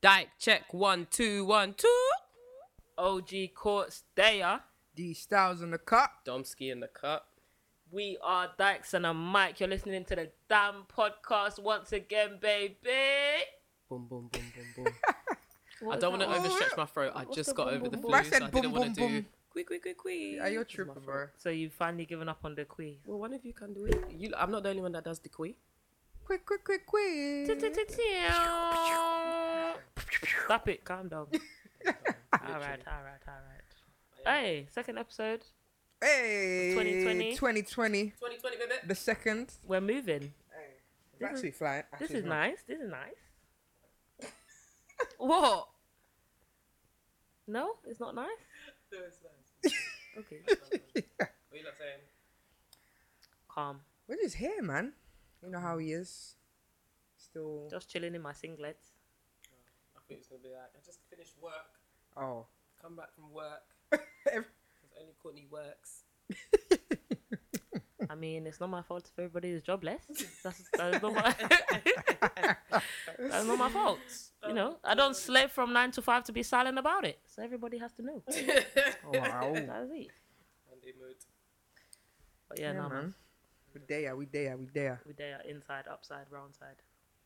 Dyke check one two one two. OG Courts they are D Styles in the cup. Domsky in the cup. We are Dykes and a Mike. You're listening to the damn podcast once again, baby. Boom boom boom boom boom. I don't want to overstretch my throat. I just the got boom, over the boom, flu, boom? so I I said didn't boom, want to boom, do. boom. Quick quick quick quick. Yeah, you're tripping, bro. So you've finally given up on the quiz. Well, one of you can do it. You, I'm not the only one that does the queen. Quick, quick, quick, quick. Stop it. Calm down. all right, all right, all right. Hey, second episode. Hey, 2020. 2020, 2020, baby. the second. We're moving. We're actually flying. This Actually is flying. nice. This is nice. what? No, it's not nice. Okay. What are you not saying? Calm. We're just here, man. You know how he is. Still. Just chilling in my singlet. I think it's gonna be like I just finished work, Oh. come back from work. Because only Courtney works. I mean, it's not my fault if everybody is jobless. That's, that's, not, my, that's not my fault. You know, I don't sleep from nine to five to be silent about it. So everybody has to know. wow. That's it. Monday mood. But yeah, Yeah, no, man. man. We there, we there, we there. We there, inside, upside, round side.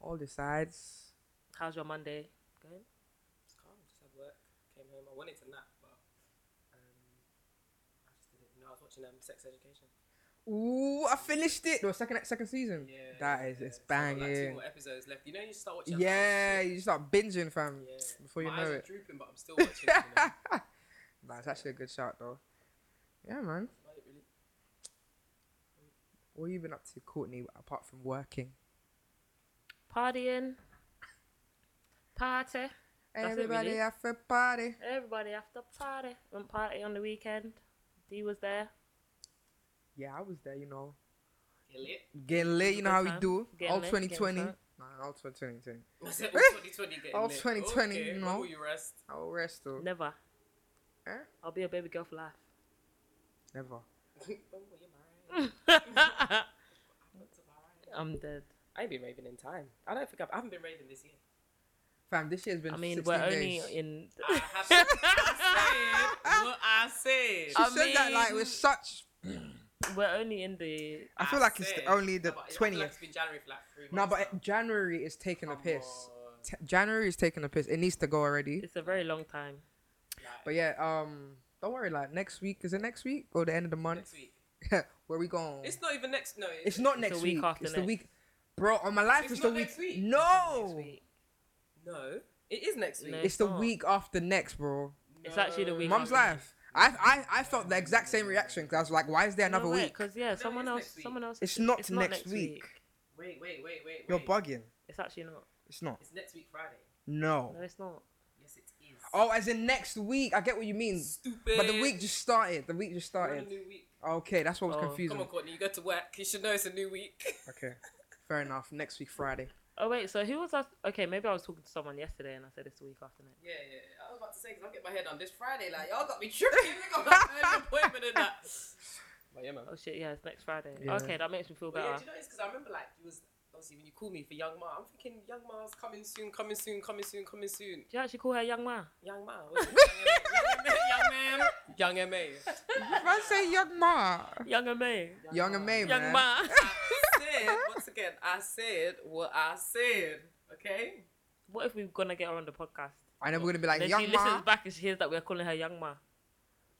All the sides. How's your Monday going? Just calm. Just had work. Came home. I wanted to nap, but um, I just didn't. You know, I was watching um, Sex Education. Ooh, I finished it. No, second second season. Yeah. That is, it's So I've got, Like two banging. more episodes left. You know, you start watching. Yeah, you start binging, fam. Yeah. Before you My know eyes it. are drooping, but I'm still watching. it, you know? Nah, it's actually a good shot though. Yeah, man. That's about it, really. What have you been up to, Courtney, apart from working? Partying. Party. That's it, Everybody really. have a party. Everybody after party. Went party on the weekend. D was there. Yeah, I was there, you know. Kill it. Getting was lit, a you good know how we time. do. Getting all lit, twenty getting twenty. drunk. Nah, all twenty twenty twenty. I said, all 2020 getting All lit. 2020, okay, you when know. will you rest? I'll rest though. Never. Eh? I'll be a baby girl for life. Never. When will you marry? I'm dead. I ain't been raving in time. I don't think I've, I haven't been raving this year. Fam, this year's been I mean, 16 we're only days. in. I have said what I She said. I said that like mean- with such. We're only in the. I feel like it's the- said- only the No, but I feel like twentieth. it's been January for like three No, months. but it- January is taking a Come piss. on, T- January is taking a piss. It needs to go already. It's a very long time. like, But yeah, um, don't worry. Like next week is it next week or the end of the month? next week. Where we going? It's not even next. No, it's, It's not It's the next week week. after it's the next. week, bro. On my life, It's it's, not the week. next week. No, no. It is next week. No. it's the It's not. week after next, bro. It's actually the No. week. Mum's life. I, I I felt the exact same reaction because I was like, why is there another week? Because yeah, someone it's else, next week. someone else. It's not it's next week. Wait, wait, wait, wait. You're wait. bugging. It's actually not. It's not. It's next week Friday. No. No, it's not. Yes, it is. Oh, as in next week. I get what you mean. stupid. But the week just started. The week just We're on a started. new week. Okay, that's what was Oh. Come confusing. on, Courtney. You go to work. You should know it's a new week. Okay, fair enough. Next week, Friday. Oh wait, so who was us? Okay, maybe I was talking to someone yesterday and I said it's the week after next. Yeah, yeah. yeah. I was about to say because I'm getting my head on this Friday. Like y'all got me tripping. We got my early appointment and that. But yeah, man. Oh shit, yeah, it's next Friday. Yeah. Okay, that makes me feel Well, yeah, better. do you know it's because I remember like you was obviously when you called me for Young Ma, I'm thinking Young Ma's coming soon, coming soon, coming soon, coming soon. Do you actually call her young man? Young Ma, was it? Young Ma, Young Ma, Young Ma. If I say young ma, Younger me. young and May, Young man. man. I said once again, I said what I said. Okay. what if we're gonna get her on the podcast? I know we're gonna be like Then she young listens ma. back and she hears that we're calling her young ma.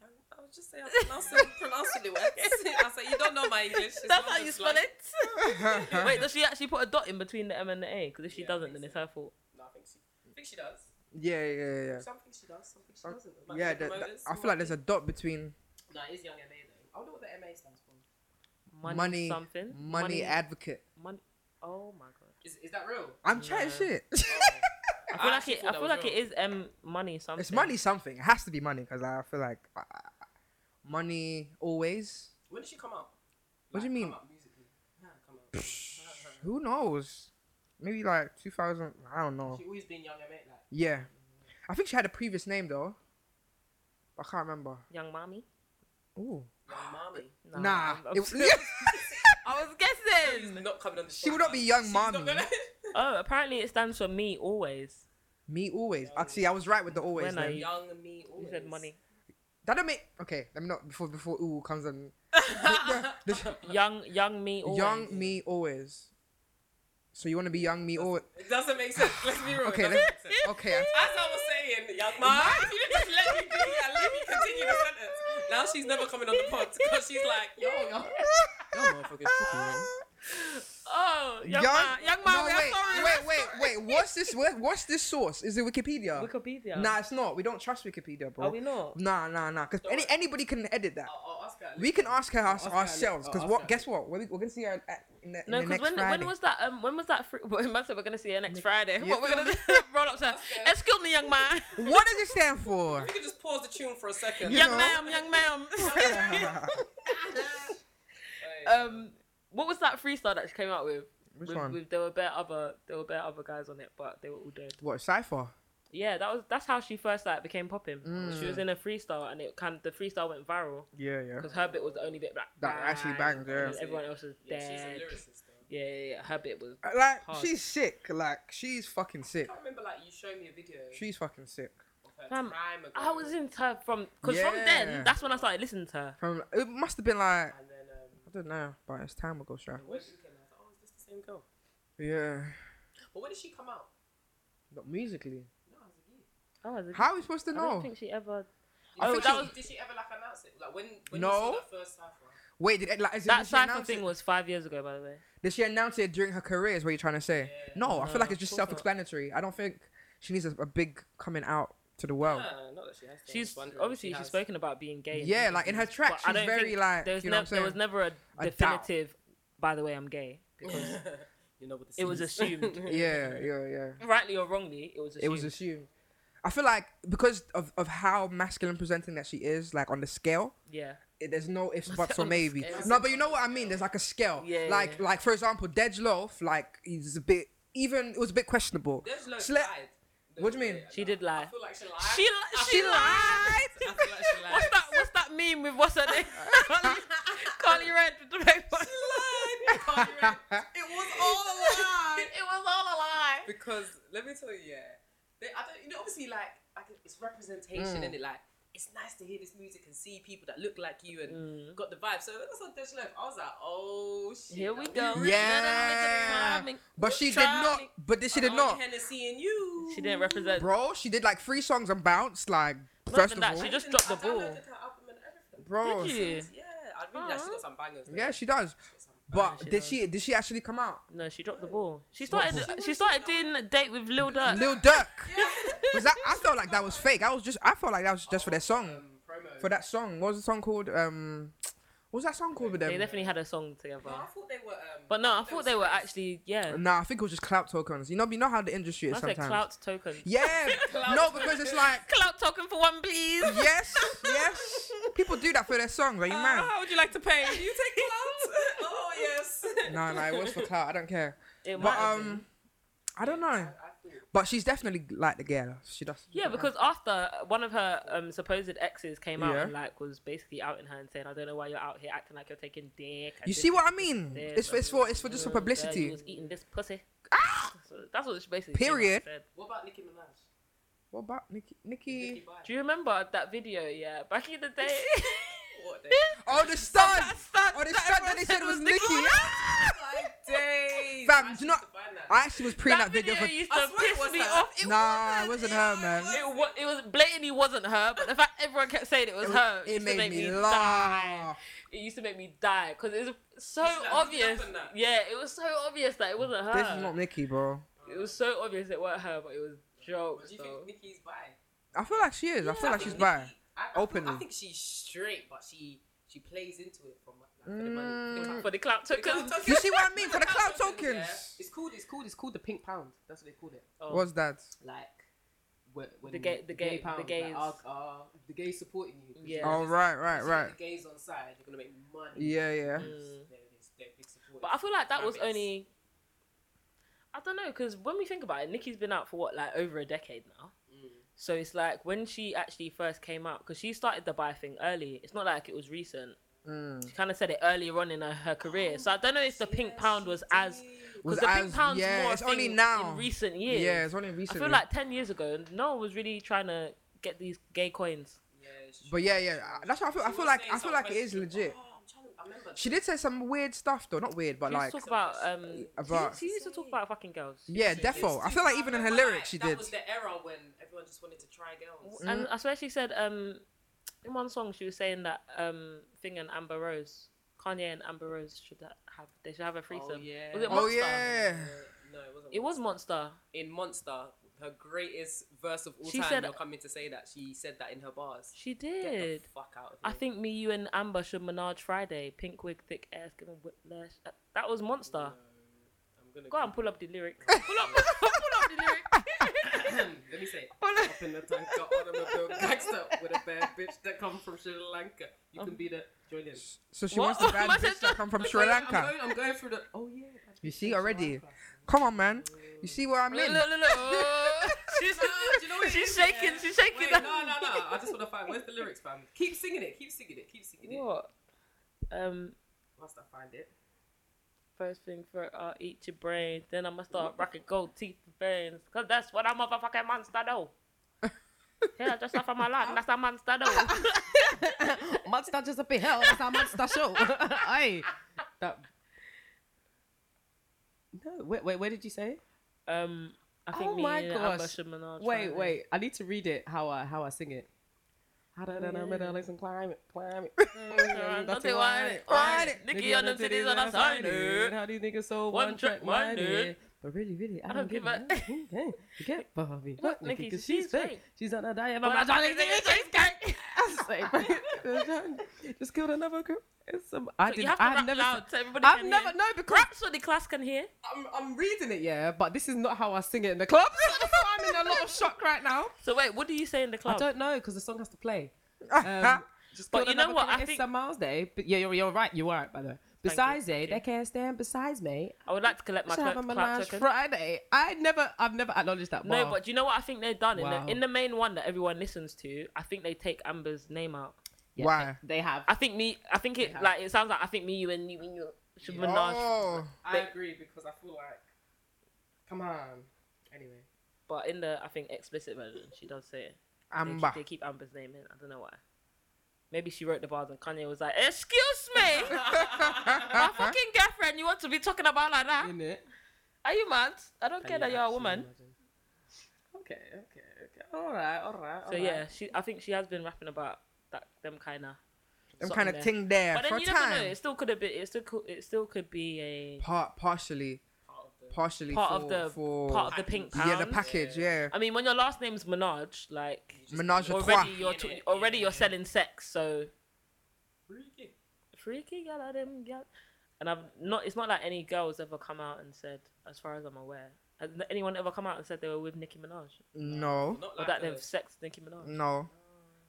Young- I was just saying, I pronounced it, pronounced it words. I said, you don't know my English. It's That's not how you just spell like- it. Wait, does she actually put a dot in between the M and the A? Because if she Yeah, I doesn't, think then so. it's her fault. No, I think she, I think she does. yeah, yeah, yeah. Something she does, something she Some- doesn't. Yeah, Like yeah the that, that- promoters, I feel like there's a dot between No, it is Young MA though. I wonder what the MA stands for. Money, Money- something. money, advocate. money. Oh my god. Is, is that real? Oh. I'm chatting Yeah. shit. I feel like actually it. thought I that feel was like it is M money something. it's money something. It has to be money because I feel like uh, money always. When did she come out? What do you mean? Come out musically. Nah, come out. she Who knows? Maybe like 2000. I don't know. always been Young MA. Like, Yeah, I think she had a previous name though. I can't remember. Young mommy. Ooh. Young Mommy. No, nah. I'm- I'm It- still- I was guessing. She's not coming on this She would not be podcast. young She's mommy. gonna- Oh, apparently it stands for me always. Me always. Actually, I was right with the always. When then. are you- Young me always. You said money. That don't make okay. Let me not before before ooh comes and Young, young me. Always. young me always. So you want to be young me always? It doesn't make sense. Let's be real. Okay, it doesn't let's- make sense. Okay, I- As I was saying, young man, if you just let me be and let me continue the sentence. Now she's never coming on the pod because she's like, yo, yo. That motherfucker's tripping, man. Oh, young, Young- man. Young man. No, we are wait, sorry. wait, wait, wait. What's this? What, what's this source? Is it Wikipedia? Wikipedia. Nah, it's not. We don't trust Wikipedia, bro. Are we Oh, not? Nah, nah, nah. Because Don't any, worry. anybody can edit that. I'll, I'll ask her. later. We can ask her ask our, her ourselves. later. Because I'll what? ask her. Guess what? We're, we're gonna see her at, in the, in No, the because next when, Friday. when was that? Um, when was that? Fr- when was it? We're gonna see her next Friday. Yeah. What we're gonna do? roll up to her. Excuse me, young man. What does it stand for? We can just pause the tune for a second. You young know. ma'am, young ma'am. Wait. um, what was that freestyle that she came out with? Which with, one? with- there were bare other there were bare other guys on it, but they were all dead. What cipher? Yeah, that was that's how she first like became popping. She was Mm. in a freestyle, and it kind of, the freestyle went viral Yeah, yeah. because her bit was the only bit like, That actually bang, banged, yeah. and everyone else was yeah, she's dead. a lyricist though. yeah, yeah, yeah, her bit was. Like Hard. she's sick. Like she's fucking I sick. can't remember like you showed me a video She's fucking sick. of her Fam, time ago. I was into her from because from Yeah. then that's when I started listening to her. From it must have been like And then um, I don't know, but it's time ago, sure. the web came out. I was like, oh, is this the same girl? Yeah, But when did she come out? not musically. No, I was a youth. Oh, I was- How are we supposed to I don't know? think she ever. Did, Oh, she, that was- did she ever like announce it? Like when? when No. You saw that first cipher? Wait, did, like, is it, That did she cipher announce thing it? was five years ago, by the way. Did she announce it during her career? Is what you're trying to say? Yeah. No, I feel like No, it's just of course not. self-explanatory. I don't think she needs a, a big coming out to the world. Ah, not that she has. To, I'm She's just wondering if obviously she she's has. spoken about being gay. and Yeah, everything. like in her But track, I she's don't very think like. there's you know nev- what I'm there was saying? never a A doubt. definitive. By the way, I'm gay. Because you know what this it was is. assumed. yeah, yeah, yeah. rightly or wrongly, it was. Assumed. It was assumed. I feel like because of, of how masculine presenting that she is, like on the scale, yeah. it- there's no ifs, Was buts, it or on the maybe. scale? No, but you know what I mean. There's like a scale. Yeah, yeah, Like yeah. like for example, Dej Loaf, like he's a bit even. It was a bit questionable. There's no Sle- lied. What do you mean? She did I lie. feel like she lied. She li- I she feel like- lied. I feel like she lied. What's that? What's that meme with what's her name? Carly Red. The big one. She lied. Can't you read? It was all a lie. It was all a lie. because let me tell you, yeah, they, I don't. You know, obviously, like, like it's representation, Mm. and it like it's nice to hear this music and see people that look like you and Mm. got the vibe. So when I saw Dej Loaf, I was like, oh shit. Here we like, go. really Yeah. Trying- But she did trying- not. But did, she did on not. Hennessy and you. She didn't represent. Bro, she did like three songs and bounced. Like Not first even of that, all, she I just even- dropped the I downloaded ball. her album and everything. bro. Did you? Yeah, I really like she got some bangers. There. Yeah, she does. She got some But she did does. she did she actually come out? No, she dropped the ball. She What started. ball? She started doing a date with Lil Durk. Lil Durk. bangers. Was that? I felt like that was fake. I was just. I felt like that was just for their song. Um, promo. For that song, what was the song called? Um, what was that song called with They them? definitely had a song together. No, I thought they were. Um, But no, I thought they were friends. actually yeah. Nah, I think it was just clout tokens. You know, you know how the industry is I said sometimes. clout token. Yeah, Clout no, because it's like Clout token for one, please. yes, yes. People do that for their songs. Are you mad? how would you like to pay? Do you take clout? oh yes. No, no, it was for clout. I don't care. It might But have been. um, I don't I, I know. thought But she's definitely like the girl. She does. Yeah, because after one of her um, supposed exes came out Yeah. and like was basically outing her and saying, "I don't know why you're out here acting like you're taking dick." and you this see and what I this and mean. this It's for, and it's for it's for just for this, uh, You publicity. Ah! was eating this pussy. That's what- That's what she basically. came out and Period. said. What about Nicki Minaj? What about Nikki? Nicki Nikki? Minaj. Do you remember that video? Yeah, back in the day. What the Oh, the stunt! That stunt Oh, the stunt that they everyone said was Nicki Nikki. Minaj. like days. Fam, I do used you know- to find that. I actually was pre That that video for. used I to swear it piss was me her. off. It Nah, wasn't. it wasn't her, man. was. It, wa- it was blatantly wasn't her, but the fact everyone kept saying it was It was- her It used to made make me die. laugh. It used to make me die because it was so You should have looked it up obvious. and that. Yeah, it was so obvious that it wasn't her. This is not Nikki, bro. It was so obvious it wasn't her, but it was Oh. What jokes do you though. think Nicki's bi? I feel like she is. I Yeah, feel I like think she's bi. Nicki- I, I feel- Openly. I think she's straight, but she she plays into it for, like, for the Mm. money. think- For the clout For the token. clout tokens. You see what I mean? For the clout yeah. tokens. It's called. It's called. It's called the pink pound. That's what they called it. Oh, What's that? Like. When, when The gay- the gay- the pound, gays. Like, are, are the gays supporting you. 'cause Yeah. you know Oh this- right, right, this is right. The gays on side, you're gonna make money. Yeah, yeah. Mm. They're- they're big supporters. but I feel like that was Rabbits. only. I don't know because when we think about it, Nikki's been out for what like over a decade now. Mm. So it's like when she actually first came out because she started the buy thing early. It's not like it was recent. Mm. She kind of said it earlier on in her, her career, so I Oh, don't know if the pink pound was as because Was the pink as- pound's yeah, more a it's only thing now. in recent years. Yeah, it's only I recently. feel like ten years ago, no one was really trying to get these gay coins. But yeah, yeah, uh, that's what I feel. I feel like I feel like it is legit. Oh, I'm trying to, I remember. She did say some weird stuff though, not weird, but She like used to talk about um, about- she, she used to talk about fucking girls. yeah, She used defo. to, I feel like even in her remember, lyrics, she that did. was the era when everyone just wanted to try girls. And Mm. I swear she said um, in one song she was saying that um, thing and Amber Rose, Kanye and Amber Rose should ha- have they should have a threesome. yeah. Was it Oh Monster? yeah, No, it wasn't. It was Monster. in Monster, her greatest verse of all She time. said- You're coming to say that she said that in her bars. She Get the did. fuck out of here. I think me, you, and Amber should menage Friday. Pink wig, thick ass, giving whiplash. Uh, That was No, Monster. I'm gonna Go on, pull up the lyric. Pull up, pull up the lyric. Let me say, it. up in the tanker, on the gangster with a bad bitch that come from Sri Lanka. You Um, can be the Julian. so she What? wants the bad Must have bitch that come from I'm Sri going- I'm Lanka. going, I'm going through the. Oh yeah. that's You from see Sri already? Lanka. Come on, man. You see what I Look, mean? look, look, look. She's, No, uh, do you know what it she's is, shaking, yeah? she's shaking. Wait, no, no, no. I just want to find. Where's the lyrics, fam? Keep singing it. Keep singing it. Keep singing it. What? Um, Must I find it? first thing first, I'll eat your brains. Then I'ma start rocking gold teeth and veins. Cause that's what I'm a motherfucking monster though. yeah, just off of my life. That's a monster though. Monster just up in hell. That's our monster show. Aye. That. No, wait, wait, where did you say? um, I think Oh me my and Amber gosh. should menage Wait, Friday. wait. I need to read it how I how I sing it. I don't know, yeah. middle and climb it, climb it. Don't they want it? Want it? Nicky on them titties on a side. dude. How these niggas so One one track track minded? minded. But really, really, I, don't don't, give give a- a. Okay, you can't bother me. Fuck Fuck Nikki, Nikki, 'cause she's she's fake. straight. She's on a diet, but But my my Johnny's Johnny's in in his skirt. Just killed another girl. It's some. I You didn't. have to I've rap never. loud so everybody I've can never. hear. No, because Rap so the class can hear. I'm, I'm reading it, yeah, but this is not how I sing it in the club. So I'm in a lot of shock right now. So wait, what do you say in the club? I don't know because the song has to play. Um, Ah, just But killed you know another what? thing I against think- Sam Miles Day. But yeah, you're, you're right. You are right, by the way. Thank you, Besides thank they, you. they can't stand besides me. I would like to collect my Should have a clerk- clerk Melange token. Friday. I never, I've never acknowledged that. No, bar. but do you know what I think they've done in, Wow. the, in the main one that everyone listens to? I think they take Amber's name out. Yeah, Why? They, they have. I think me. I think it Yeah. like it sounds like I think me, you, and you, and you should menage. Oh, I agree because I feel like, come on. Anyway, But in the I think explicit version, she does say it. They, Amber. keep- they keep Amber's name in. I don't know why. Maybe she wrote the bars and Kanye was like, "Excuse me, my fucking girlfriend. You want to be talking about like that? Uh, in it. Are you mad? I don't care that you're a woman." Okay, okay, okay. All right, all right. So yeah, she. I think she has been rapping about that them kind of Them something kind there. of ting there But then for a you never know. time. It still could have been. It still could. It still could be a Part partially, part of the partially Part for, of the- for part of the pink pound. yeah the package yeah. I mean, when your last name's Minaj, like you just Menage a trois. already you're in t- it, already yeah. you're selling sex. So freaky. freaky girl, I them girl. And I've not. It's not like any girls ever come out and said, as far as I'm aware, has n- anyone ever come out and said they were with Nicki Minaj No, Not or like that the- they've sexed Nicki Minaj? no.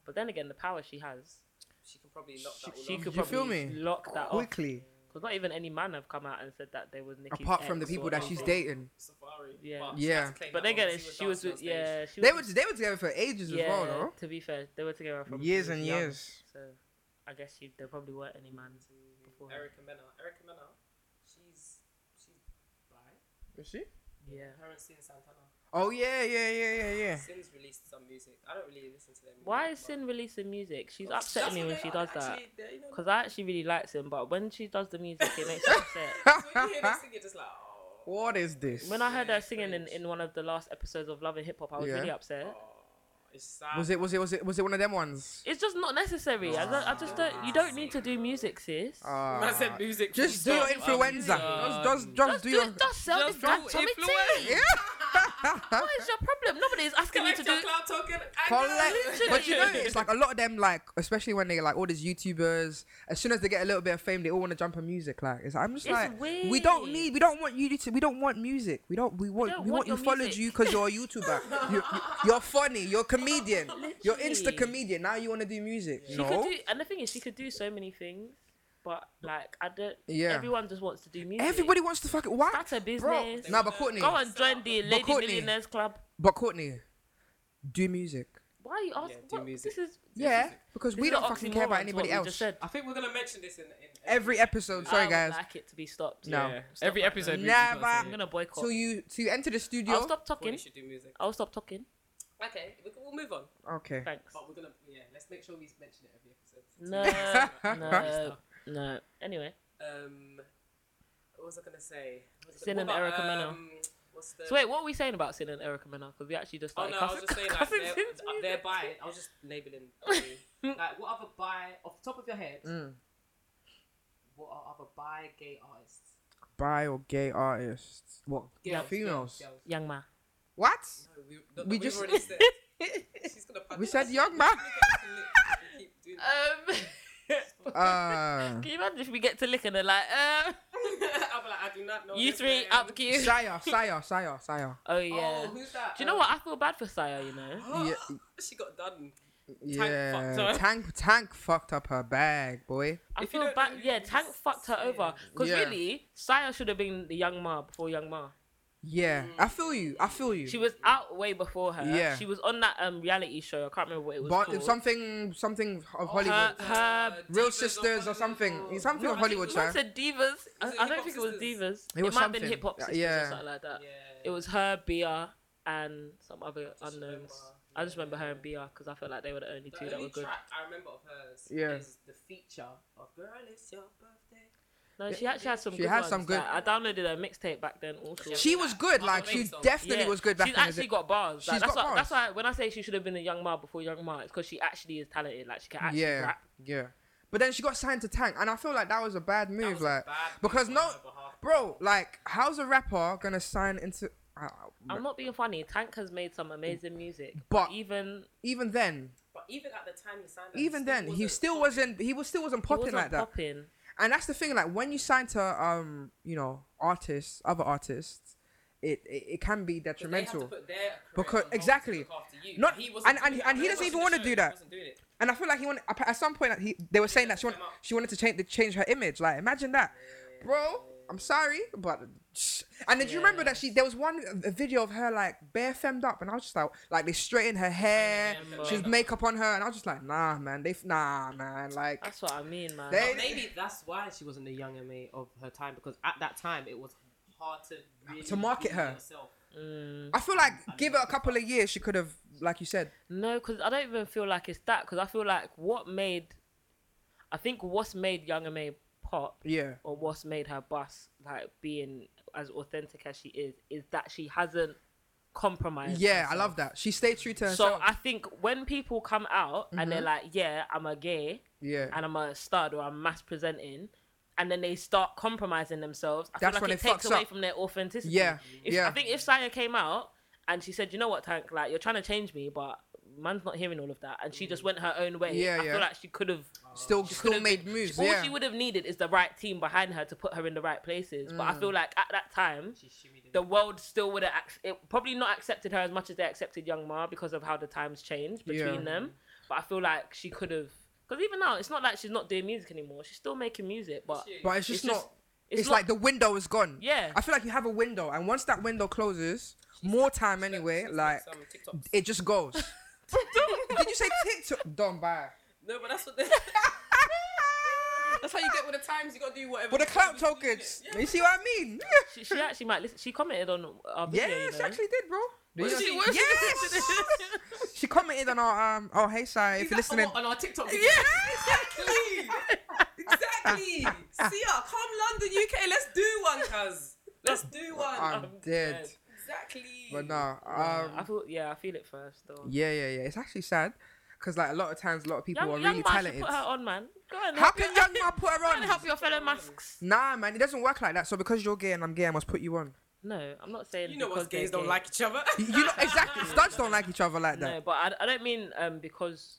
But then again, the power she has, She can probably knock she, that all she off. could You probably feel me? lock that off. Quickly, Because not even any man have come out and said that they was Nicki. apart from the people that or she's something. dating, Safari. Yeah. But she Yeah. had to claim But that then again, one. she was dancing with on stage. yeah. She they were was they were together for ages as well, though. To be fair, they were together from Years she was and young, years. So I guess you, there probably weren't any man. Before her. Erica Mena. Erica Mena. She's she's bi. Is she? Yeah. Her and Sin Santana. Oh yeah, yeah, yeah, yeah, yeah. Sin's released some music. I don't really listen to them. Why is Sin releasing music? She's upset upsetting me when she does that. You know, Because I actually really like Sin, but when she does the music, it makes me upset. when you hear them sing, you're just like, oh. what is this? When I heard her Yeah, singing in, cringe. in one of the last episodes of Love and Hip Hop, I was Yeah. really upset. oh, It's sad. was it was it was it was it one of them ones? It's just not necessary. I, don't, I just don't. You don't need to do music, sis. Uh, I said music. just do full your stop. influenza. Um, just, just, just just do do, your. just sell just this do black tummy influence. tea. Yeah. What is your problem? Nobody is asking you to Collect do. your cloud token. and Collect. then- Literally. But you know, it's like a lot of them, like especially when they like all these YouTubers. As soon as they get a little bit of fame, they all want to jump on music. Like it's, I'm just It's like, we don't weird. need, we don't want you to, we don't want music. We don't, we want, don't we want want, you your followed music. you because you're a YouTuber. you, you, you're funny. You're a comedian. You're Literally. Insta comedian. Now you want to do music. She No. could do, and the thing is, she could do so many things, but like I don't. Yeah. Everyone just wants to do music. Everybody wants to fucking why? Start a Bro, business. nah, but Courtney, Go and join the Lady Courtney- Millionaires Club. but Courtney, do music. Why are you Yeah, asking? do what? music. This is. Yeah, because this we is an don't fucking care oxymoron about to anybody what we else. Just said. I think we're gonna mention this in, in Every episode, I sorry would guys. like it to be stopped. No. Yeah. Stop Every that. episode. we- Never. we've got I'm to say gonna boycott. So you to enter the studio. I'll stop When talking. you should do music. I'll stop talking. Okay, we can, we'll move on. Okay. Thanks. But we're gonna yeah, let's make sure we mention it every episode. No, no, no. Anyway, Um, what was I gonna say? What was I Sin gonna- and what about, um, Erica Mena. what's the? so wait, what were we saying about Sin and Erica Mena? Because we actually just oh started no, I was cussing. just saying like cussing they're, uh, Sin's music. they're bi. I was just labeling. like what other bi off the top of your head? Mm. What are other bi gay artists? Bi or gay artists? What? Girls, Females. girls, girls. Young Ma. What? No, we, no, We we've just- already said. She's gonna punch We us. said young man. We keep doing that. Um, Uh, can you imagine if we get to lick and they're like, um, I'm like, I do not know. you this three man. up queue. sire, sire, sire, sire. Oh Oh, yeah. who's that? Do you know what? I feel bad for Saya. You know. Yeah, She got done. yeah. fucked her. tank, tank fucked up her bag, boy. If I you feel don't bad. know who Yeah, this Tank fucked her Saya over. Because Yeah. really, Saya should have been the young ma before young ma. Yeah, I Mm. feel you. I feel you. She was out way before her. Yeah. She was on that um reality show. I can't remember what it was but called. something, something of Oh, Hollywood, her- her- Real Divas Sisters or something. Hollywood. Something No, of I think it Hollywood, was- Someone said divas. I, Was it I Hip don't Hop think it was Sisters? divas. It It, was might have been something. hip hop sisters Yeah. or something like that. Yeah. Uh, It was her, Bia, and some other just unknowns. remember- I just remember her and Bia because I felt like they were the only The two that only were good. track I remember of hers Yeah. is the feature of "Girl, it's your birthday." No, she actually had some. She good had some ones. good- Like, I downloaded her mixtape back then. Also, she was good. I Like think she so. definitely was good back She's in the actually day. got bars. Like, She's that's got why, bars. That's why when I say she should have been a young ma before young ma, it's because she actually is talented. Like she can actually yeah, rap. yeah. But then she got signed to Tank, and I feel like that was a bad That move. was a like, bad move because on no- her behalf. bro, like, how's a rapper gonna sign into? Uh, I'm not being funny. Tank has made some amazing music, But- but even even then, But even at the time he signed, her, even then, he wasn't still popping. wasn't. He was still wasn't popping wasn't like that. Popping. and that's the thing like when you sign to um you know artists other artists it it, it can be Because they have to detrimental put their career Because- on hold to exactly. look after you. Not- He wasn't and- and- doing and he that. doesn't He even wasn't wanna the do show. that. He wasn't doing it. and i feel like he wanted at some point like he, they were saying that she wanted, she wanted to change to change her image like imagine that bro i'm sorry but and did you remember that she there was one a video of her like bare femmed up and i was just like like they straightened her hair remember. she was makeup on her and i was just like nah man they nah man like That's what I mean, man. They- But maybe that's why she wasn't the young MA of her time because at that time it was hard to really To market be her. yourself. i feel like give her a couple of years she could have like you said No, because I don't even feel like it's that. Because I feel like what made, I think what's made Young May pop yeah or what's made her bust like being as authentic as she is is that she hasn't compromised. yeah i herself. love that she stayed true to herself So I think when people come out and they're like, "Yeah, I'm a gay Mm-hmm. yeah and I'm a stud or I'm mass presenting," and then they start compromising themselves, I That's feel when like it it takes fucks away up. from their authenticity. Yeah, If, yeah. I think if Saya came out and she said, "You know what, Tank? Like you're trying to change me, but man's not hearing all of that," and she just went her own way, Mm. Yeah, I yeah. feel like she could have. still still could've made moves. All yeah. she would have needed is the right team behind her to put her in the right places. But I Mm. feel like at that time, She shimmied in. the world still would have ac- it probably not accepted her as much as they accepted Young Ma because of how the times changed between Yeah. them. But I feel like she could have because even now it's not like she's not doing music anymore. She's still making music, but She- but it's just it's not. just- it's it's not- like the window is gone. Yeah. I feel like you have a window, and once that window closes, more time She's anyway. got Like some TikToks. it just goes. Did you say TikTok? Don't buy. No, but that's what. They- that's how you get with the times. You gotta do whatever. For the clout you gotta do, tokens, innit? Yeah. you see what I mean? she, she actually might listen. She commented on our video. yeah, you know? she actually did, bro. Did she- was she yes, she commented on our um. Oh, hey, Sai, if Is you're that listening. on- on our TikTok. Yeah, exactly. See ya. Come London, UK. Let's do one, cuz. Let's do one. I'm dead. Exactly. um, But no, Yeah, I um, feel yeah, I feel it first though. yeah, yeah, yeah. It's actually sad, cause like a lot of times, a lot of people Young, are young really Ma should talented. put her on, man. Go and How help can your, Young Ma put her go and on? help your fellow masks. Nah, man, it doesn't work like that. So because you're gay and I'm gay, I must put you on. No, I'm not saying You know because what? Gays they're don't gay. like each other. You know exactly. Studs don't like each other like that. No, but I, I don't mean um because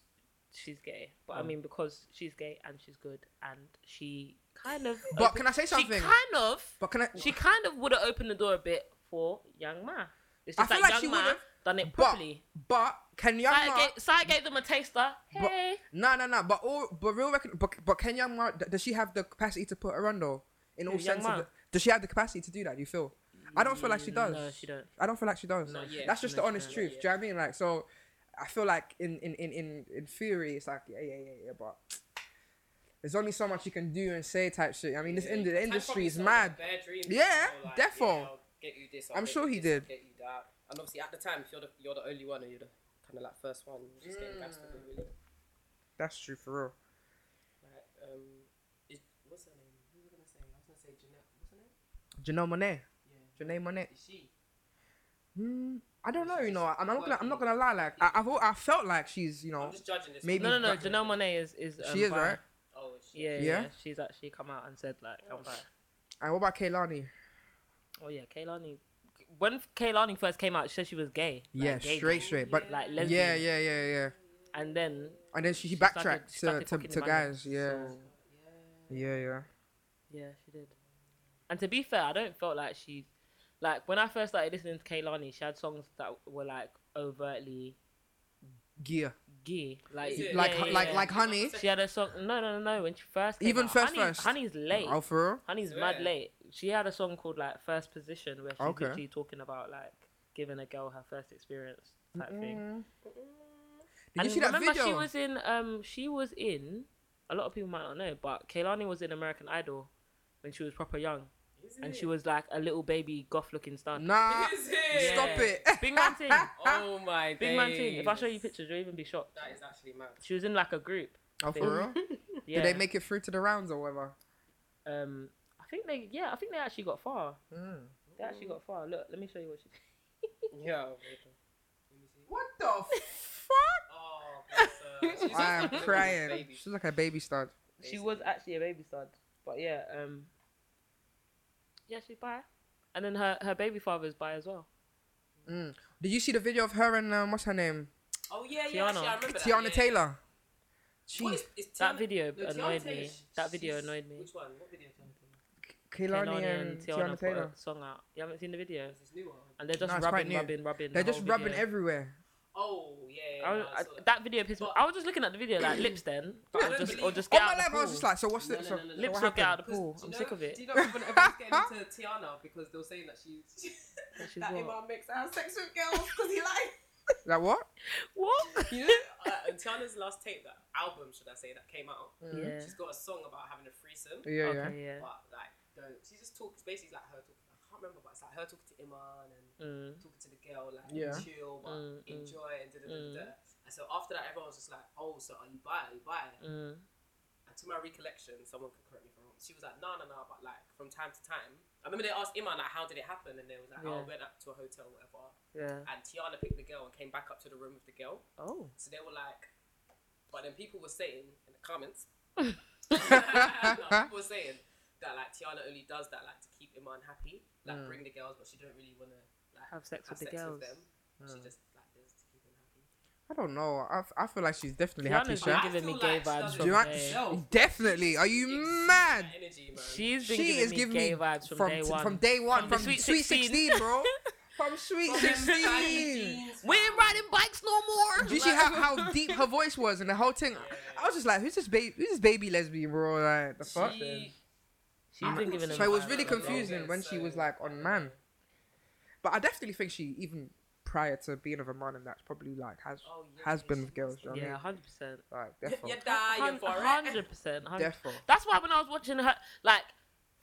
she's gay, but Mm. I mean because she's gay and she's good and she kind of. But can I say She something? kind of, But can I? she kind of would have opened the door a bit for young ma. It's I just feel like, like she young ma would've, done it but properly. but can Young Sai Ma? gave, Sai gave them a taster. But- Hey, No, no, no. But all but real reckon. But, but can Young Ma? d- Does she have the capacity to put her on though? In all Who, Young sense Ma? of the, does she have the capacity to do that? Do you feel? I don't feel like she does. No, she don't. I don't feel like she does. Not yet. That's just No, she the honest don't. truth. Not Do you know what I mean? Like so. I feel like in in in in, in theory, it's like yeah yeah yeah yeah, but there's only so much you can do and say type shit. I mean, this in the industry is mad. Yeah, defo. I'm sure he did. And obviously, at the time, if you're the, you're the only one and you're the kind of like first one, you're just getting gassed up, really. That's true for real. Mm. Like, um, is, what's her name? Who was I gonna say? I was gonna say Jeanette. What's her name? Janelle Monet. Yeah. Janelle Monet. Is she? Hmm, I don't know, you know. I'm not gonna. I'm not gonna lie. Like I, I've, al- I felt like she's, you know, I'm just judging this. maybe- No, no, no. Exactly. Janelle Monet is is. Um, she is bi. right. Oh, is she? Yeah, yeah, Yeah? yeah. She's actually come out and said like, I'm bi. And what about Kaylani? Oh yeah, Kaylani. When Kaylani first came out, she said she was gay. Like, yeah, gay, straight, gay. straight. But Like lesbian. yeah, yeah, yeah, yeah. And then And then she, she She started- backtracked she started to, to, fucking to Emmanuel, guys. Yeah, so- yeah, yeah. yeah, she did. And to be fair, I don't felt like she, like when I first started listening to Kaylani, she had songs that were like overtly Gear. gay. Like Is it? Like, yeah, yeah, like, yeah. like, honey. She had a song. No, no, no, no. When she first came Even out, first, Honey- first. Honey's late. Oh, for real? Honey's Yeah. mad late. She had a song called like First Position where she's Okay. literally talking about like giving a girl her first experience type thing. Mm. Did And you see that remember, video? she was in. Um, she was in. A lot of people might not know, but Kaylani was in American Idol when she was proper young, Is and it? she was like a little baby goth-looking stud. Nah, Is it? stop it. Big man thing. Oh my Big man thing. If I show you days. pictures, you'll even be shocked. That is actually mad. She was in like a group. Oh, for real? Yeah. Did they make it through to the rounds or whatever? Um, I think they. Yeah, I think they actually got far. Mm. They actually got far. Look, let me show you what she. Yeah. wait, Let me see. What the fuck? Oh, bless her. She's I am just a little crying. baby. She's like a baby stud. She was actually a baby stud, but yeah, um, yeah, she's bi, and then her her baby father's bi as well. Mm. Did you see the video of her and um, what's her name? Oh yeah, yeah. Actually, I Tiana. remember that. Tiana yeah. Taylor. What Jeez, is- is That Tiana- video no, Tiana annoyed Taylor, me. sh- That video she's- annoyed me. Which one? What video? is Tiana Taylor? Kehlani and Tiana put a Taylor. song out. You haven't seen the video, There's this new one. and they're just No, it's quite rubbing, new. rubbing, rubbing. They're the just whole rubbing video. everywhere. Oh yeah. yeah, I no, was, I I, saw that video pissed me. But- I was just looking at the video like lips then, I or don't just or believe- just Oh get my out. the life! I was pool. just like, so what's No, no, this? so, no, no, no. so lips what will get out happened? of the Because pool. do you I'm know- sick of it. Do you know everyone- everyone's getting into Tiana because they were saying that she's That she's that what? Imam makes her have sex with girls because he likes. Like what? What? You know, uh, and Tiana's last tape, that album, should I say, that came out. Yeah. She's got a song about having a threesome, Yeah, yeah. Okay, yeah. but like, don't. She just talks basically like her. Talk, I can't remember, but it's like her talking to Iman and Mm. talking to the girl, like Yeah. chill, but Mm, mm. enjoy and da da da Mm. da. And so after that, everyone was just like, "Oh, so are you bi? Are you bi?" Mm. And to my recollection, someone could correct me if I'm wrong. She was like, "No, no, no," but like from time to time, I remember they asked Iman like, "How did it happen?" And they was like, "Oh, I Yeah. went up to a hotel, whatever." Yeah. And Tiana picked the girl and came back up to the room with the girl. Oh. So they were like, but then people were saying in the comments, like, people were saying that like Tiana only does that like to keep Iman happy, like Mm. bring the girls, but she don't really want to like Have sex have with the sex girls. with them. She Mm. just like does to keep him happy. I don't know. I, f- I feel like she's definitely happy, Tiana's been Sha. I giving me feel gay like she vibes doesn't from Do you want- day. No. Definitely. Are you Exudes that mad? Energy, man. She's been She giving is me giving gay me vibes from, day one. from day one, From from the Sweet Sweet 16, bro. From Sweet From them tiny 16. jeans, we ain't man. riding bikes no more. Do you see how, how deep her voice was and the whole thing? I was just like, who's this baby? Who's this baby lesbian, bro? Like the fuck. She- She's been giving So So it him was vibes really for long. confusing when she was like on So- man. But I definitely think she even prior to being of a man and that's probably like has Oh, yeah, has been she with girls. You know Yeah, what hundred percent. I mean? Like was- defo, You're dying for it. Hundred percent. defo. That's why when I was watching her, like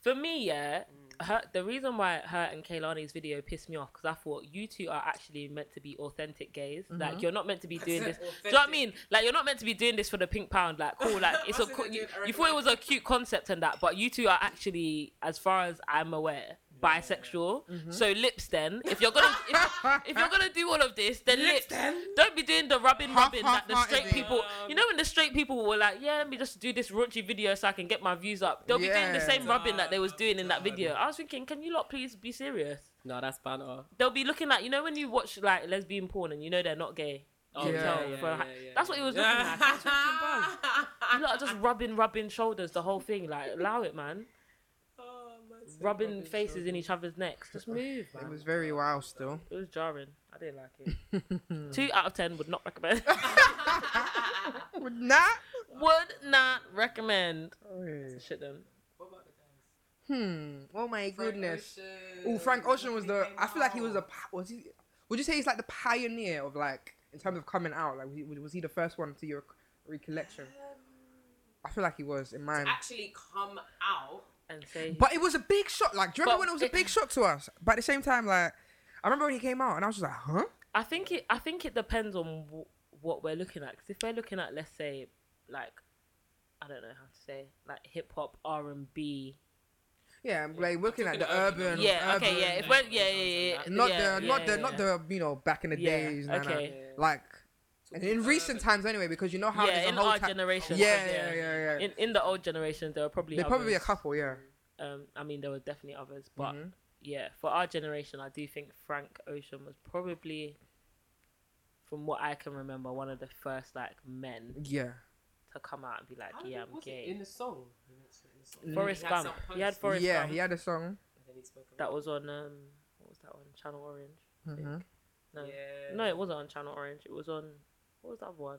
for me, yeah, her the reason why her and Kaylani's video pissed me off because I thought you two are actually meant to be authentic gays. Like you're not meant to be doing this. Do you know what I mean? Like you're not meant to be doing this for the pink pound. Like cool. Like it's a Us is cool, a you, dude, I you thought it was a cute concept and that, but you two are actually, as far as I'm aware, bisexual. So lips then. If you're gonna if, if you're gonna do all of this, then lips. Don't be doing the rubbing Half- rubbing that the straight half-heartedly. people. You know when the straight people were like, yeah, let me just do this raunchy video so I can get my views up. They'll be doing the Yeah. same rubbing that they was Done, doing in that done. video. I was thinking, can you lot please be serious? No, that's banter. They'll be looking like you know when you watch like lesbian porn and you know they're not gay. Yeah, You can tell yeah, for a hi- that's what it was looking like. That's what it was. You lot are just rubbing, rubbing shoulders the whole thing. Like, allow it, man. Oh, Rubbing faces in each other's necks. Just move, man. It was very wild still. jarring. I didn't like it. Two out of ten would not recommend. Would not. would not recommend. Oi. Shit them. What about the guys? Hmm. Oh my Frank goodness. Ocean. Oh, Frank Ocean was Big the. Bang I feel like he was a. Mouth. pi- Was he? Would you say he's like the pioneer of like in terms of coming out? Like, was he- was he the first one to your recollection? I feel like he was in mine. Actually, come out. and say But it was a big shock. Like, do you remember But when it was a it- big shock to us? But at the same time, like, I remember when he came out, and I was just like, huh? I think it. I think it depends on w- what we're looking at. Because if we're looking at, let's say, like, I don't know how to say, like hip hop, R and B. Yeah, I'm like looking at the urban. Yeah. urban Okay. Yeah. If we're, yeah. Yeah. Yeah. Not yeah, the, not yeah, the, not yeah. the, you know, back in the Yeah, days. nah, nah. okay. Uh, Like, and in recent times anyway, because you know how yeah, there's in a whole our ti- generation. Yeah, yeah, yeah, yeah. In in the old generation, there were probably There probably be a others. couple, Mm-hmm. yeah. Um, I mean, there were definitely others, but yeah, for our generation, I do think Frank Ocean was probably, from what I can remember, one of the first like men Yeah. to come out and be like, How yeah, was I'm it gay. in the song? He mentioned it in the song. Forrest He had Gump. some He had posts Forrest yeah, Gump. he had a song. and then he spoke about that was on um what was that on Channel Orange? I think. Mhm. No, Yeah. no, it wasn't on Channel Orange. It was on what was that other one?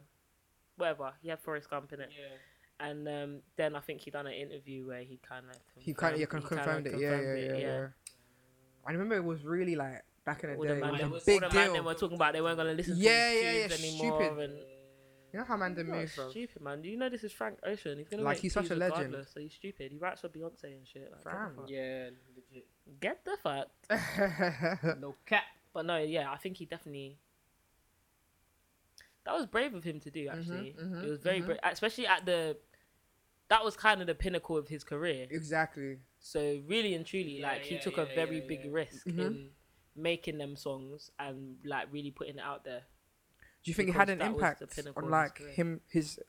Whatever. He had Forrest Gump in it, Yeah. and um, then I think he done an interview where he kind of He kind of yeah, con- confirmed it. Yeah, yeah, yeah, yeah, I remember it was really like back in the All day, the man, it them, it was a all big the man deal. them were talking about they weren't gonna listen Yeah, to yeah, yeah, yeah, anymore. stupid. And You know how man them You're move, bro. stupid man. You know this is Frank Ocean. He's gonna Like, make he's such views a legend. regardless, So he's stupid. He writes for Beyonce and shit. Like, Fam. what the fuck? Yeah, legit. Get the fuck. No cap. But no, yeah, I think he definitely. That was brave of him to do. Actually, mhm, it was very brave, especially at the. That was kind of the pinnacle of his career. exactly. So really and truly, Yeah, like he yeah, took a yeah, very yeah, big yeah. risk Mhm. in making them songs and like really putting it out there. Do you think it Because had an that was the impact pinnacle of on his like career. him his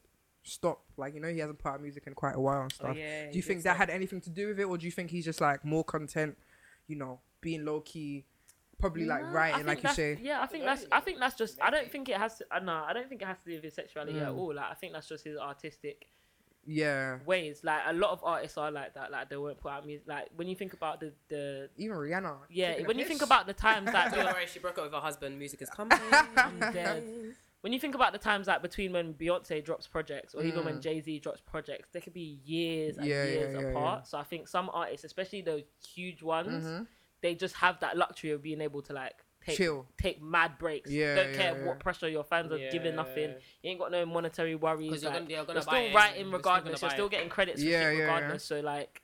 stop? Like you know he hasn't put out music in quite a while and stuff. Oh, yeah. do you think that had anything to do with it, or do you think he's just like more content, you know, being low key, probably like writing, like you say? Yeah, I think that's. I think that's just. I don't think it has. To, uh, no, I don't think it has to do with his sexuality Mm. at all. Like I think that's just his artistic Yeah, ways. Like a lot of artists are like that. Like they won't put out music. Like when you think about the the even Rihanna. Yeah, taking a when you piss. think about the times that Don't worry, she broke up with her husband. Music is coming. I'm dead. when you think about the times like between when Beyonce drops projects or even when Jay Z drops projects, there could be years and Mm. Yeah, yeah, years yeah, apart. So I think some artists, especially those huge ones, they just have that luxury of being able to like take Mm-hmm. Chill. take mad breaks. Yeah, don't yeah, care yeah. what pressure your fans are giving. Nothing. Yeah. You ain't got no monetary worries. 'Cause you're like, gonna- you're gonna buy still it, writing you're still gonna regardless. you're buy still it. getting credits for Yeah, shit yeah, yeah. regardless. So like,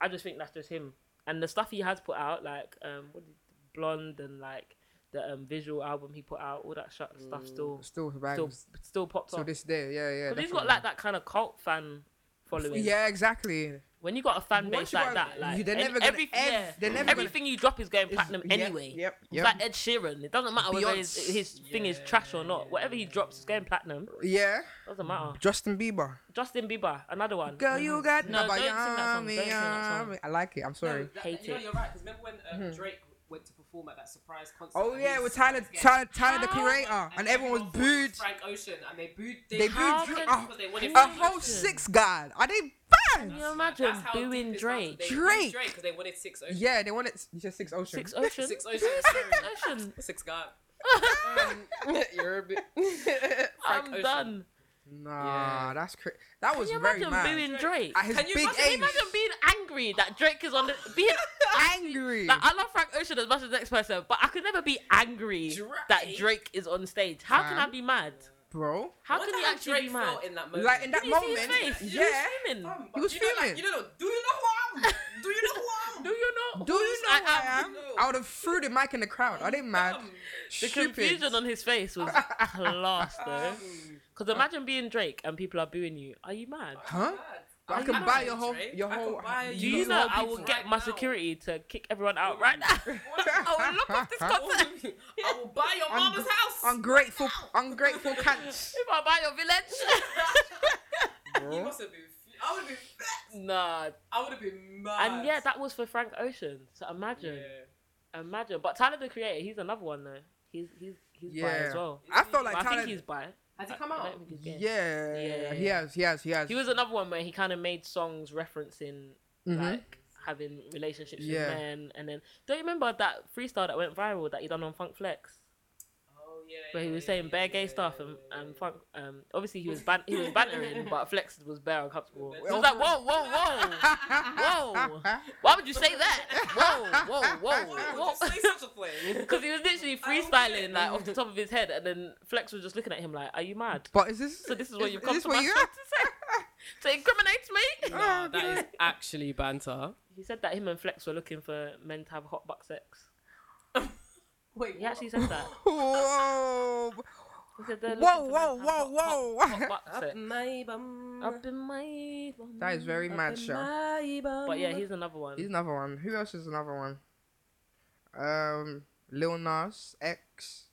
I just think that's just him and the stuff he has put out, like um, what did, blonde and like the um visual album he put out, all that shut stuff Mm. still still still bangs still popped till off. this day. Yeah, yeah. Because he's definitely. got like that kind of cult fan following. Yeah, exactly. When you got a fan base Once you like got- that, like you- they're any- never gonna everyth- ev- yeah, they're never gonna- everything you drop is going platinum Yep, anyway. yep, It's yep. like Ed Sheeran. It doesn't matter whether his, Beyonce. his thing is trash or not. Whatever he drops is going platinum. Yeah, Doesn't matter. Justin Bieber. Justin Bieber, another one. Girl, you got No, no, don't sing that song. Don't sing that song. I like it. I'm sorry. No, that- Hate you know, it. you're right. Because remember when um, Hmm. Drake went to perform at that surprise concert? Oh and yeah, he with sang Tyler, again? Tyler, Tyler the How? creator, and everyone was thought it booed. Frank Ocean, and they booed. They booed Oh, How you. can- A, because they wanted a Frank whole Ocean. six god. Are they Can bad? you imagine That's how deep booing this started. Drake? They booed Drake. Drake, because they wanted six Ocean. Yeah, they wanted. You said six ocean. Six Ocean. Six Ocean. sorry. Ocean. Six God. You're a bit. Frank I'm Ocean. done. Nah, that's cra- That was Can you very imagine mad. booing Drake? At his Can you big imagine- Can you age, imagine being angry that Drake is on the being angry. Like, I love Frank Ocean as much as the next person, but I could never be angry Drake? that Drake is on stage. How can I Fam. be mad? bro. How Wonder can you how actually Drake be mad? felt in that moment? Like in that Did you see his moment, face? He was yeah. fuming. Um, He was you know, like, fuming. you know, do you know who I am? Do you know who I am? Do you know? Do Oh, who's you know who I am? No. I would have threw the mic in the crowd. Are they mad? dumb. Um, The Stupid. confusion on his face was class, though. Because imagine being Drake and people are booing you. Are you mad? Huh? But I Are can you buy mad, your whole- Drake? your I can whole- buy Do you you your know whole I will people get right my now. security to kick everyone out right now? I will lock off Oh, this concert. I will buy your mama's house. Ungrateful, ungrateful cunts. If I buy your village. You Bro. must have been. f- I would have been. vexed. nah. I would have been mad. And yeah, that was for Frank Ocean. So Yeah. imagine. Imagine, but Tyler the Creator, he's another one though. He's he's he's bi Yeah. as well. I felt But like I Tyler. think he's bi. Has he I- come I out? don't think he's gay. Yeah, Yeah. he has, he has, he has. He was another one where he kind of made songs referencing Mhm. like having relationships Yeah. with men, and then don't you remember that freestyle that went viral that he done on Funk Flex? Oh yeah, where he yeah, was yeah, saying bare yeah, gay yeah, stuff yeah, and, yeah, and yeah. fun, um obviously he was ban- he was bantering but Flex was bare uncomfortable. Well, I was like, whoa, whoa, whoa, whoa! Why would you say that? Whoa, whoa, Why whoa, would you whoa! say such a thing? Because he was literally I don't get it. freestyling like off the top of his head, and then Flex was just looking at him like, "Are you mad?" But is this? So this is what you've come this to what my you show to say to incriminate me. Oh, Nah, that is actually banter. He said that him and Flex were looking for men to have hot butt sex. Wait, He actually said that. Whoa! He said they're Whoa! looking for Whoa! men to have Whoa! Whoa! Hot, hot, hot butt sex. my bum. Up in my bum, That is very up mad, in Shah. my bum. But yeah, he's another one. He's another one. Who else is another one? Um, Lil Nas X.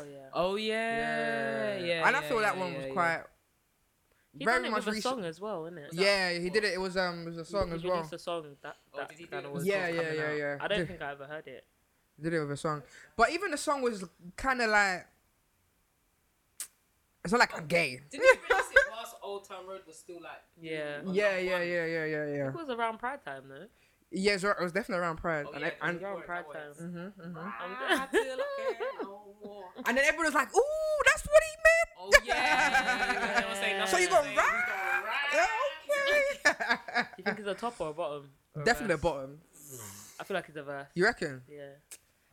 oh yeah. Oh yeah, yeah. and I feel yeah, that one yeah, was yeah. quite. He very done it much with a recent- song as well, isn't it? Yeah, he did it. It was um, it was a song he as well. released a song that, Oh, that did he do that it was with a Yeah, song yeah, coming yeah, out. yeah. I don't Did- think I ever heard it. Did it with a song, but even the song was kind of like. It's not like I'm gay. Didn't you realize it last Old Town Road was still like Yeah. on Yeah, that yeah, one? yeah, yeah, yeah, yeah. It was around Pride time though. Yeah, it was, it was definitely around Pride, Oh, and yeah, I, and yeah. Around Pride, Ah, Pride that Mm-hmm. time. was. hmm hmm Ride till I can no more. and then everyone was like, "Ooh, that's what he meant." Oh yeah. They were saying, So you "Nothing, gonna we ride? ride." Yeah, Do you okay. think he's a top or a bottom? Or a definitely a verse? bottom. I feel like he's a verse. You reckon? Yeah.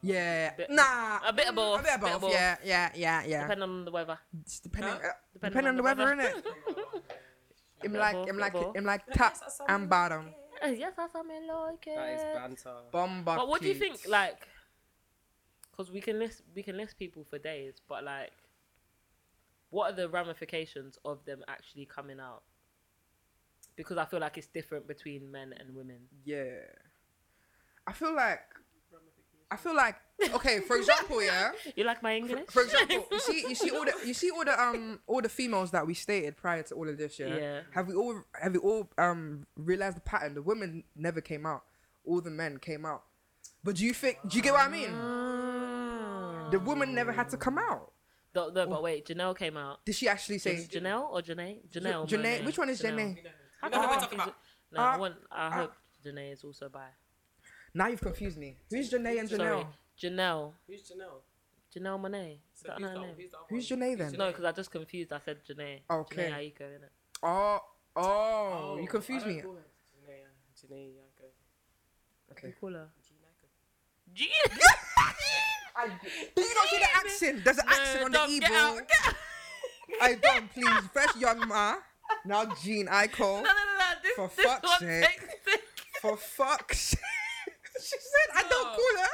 Yeah. Bit- nah. a bit of mm, both, A bit of bit of both. both. Yeah, yeah, yeah, yeah. Depending on the weather. It's depending, Huh? uh, depending, on, the weather, innit? I'm Bit of like, both, bit I'm like, of both. I'm like top and bottom. yes, that's how I like it. That is banter. Bomba. But what do you kids. think? Like, because we can list we can list people for days, but like, what are the ramifications of them actually coming out? Because I feel like it's different between men and women. Yeah. I feel like. I feel like okay. For example, yeah. You like my English? For example, you see, you see all the, you see all the um, all the females that we stated prior to all of this, yeah. Yeah. Have we all, have we all um, realized the pattern? The women never came out. All the men came out. But do you think? Do you get what I mean? Ah. The woman never had to come out. No, no, but wait, Janelle came out. Did she actually say Is it Janelle or Janae? Janelle. Janae- Monáe. which one is Janae? How know can who I we're confuse talking about. it? No, I, Uh, want, I uh, hope Janae is also bi. Now you've confused me. Who's Janae and Janelle? Sorry, Janelle. Who's Janelle? Janelle Monet. Is So that who's her that- name? who's that one? Who's Janae then? No, because I just confused. I said Janae. Okay. Janae Aiko, innit? Oh, oh, Oh, you confused I don't me. call her Janae, uh, Janae, I go, You Okay. call her. Jean, I go. Jeez. I, do you not see the accent? There's an accent on the don't, Igbo. get out, get out. I don't, please. Fresh young ma. Now Jean, I call. No, no, no, no. This, For this fuck's one sake. takes it. For fuck's sake. She said, I don't No. call her.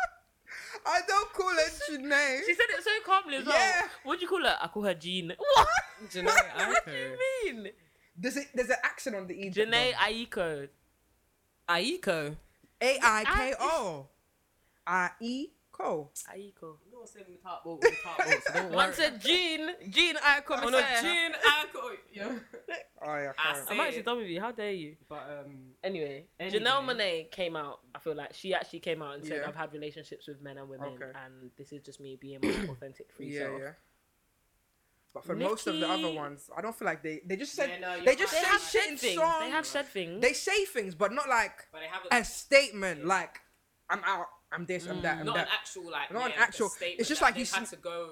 I don't call her Janae. She said it so calmly as well. Yeah. What do you call her? I call her Jean. What? Janae, I what do go. you mean? There's, a, there's an accent on the E, Igbo. Janae Aiko. Aiko. A-I-K-O. E I-E-K-O. Aiko. No one's saying the top boat, the top boat, so don't One worry. Oh, said Jean. Jean Aiko. On a Messiah. Jean, I go. Yeah. Oh, yeah. I said- can't. I'm actually done with you. How dare you? But um, Anyway, Anyway. Janelle Monet came out. I feel like she actually came out and said, Yeah. "I've had relationships with men and women, Okay. and this is just me being my authentic free Yeah, self." yeah. But for most of the other Nicki- ones, I don't feel like they they just said Yeah, no, you're they just right. They say have shit said in things. songs. They have said things. They say things, but not like but they haven't. a statement. Like I'm out. I'm this. I'm that. I'm Mm, not that. an actual like. Not an yeah, actual- the statement it's just that like you they've had see- to go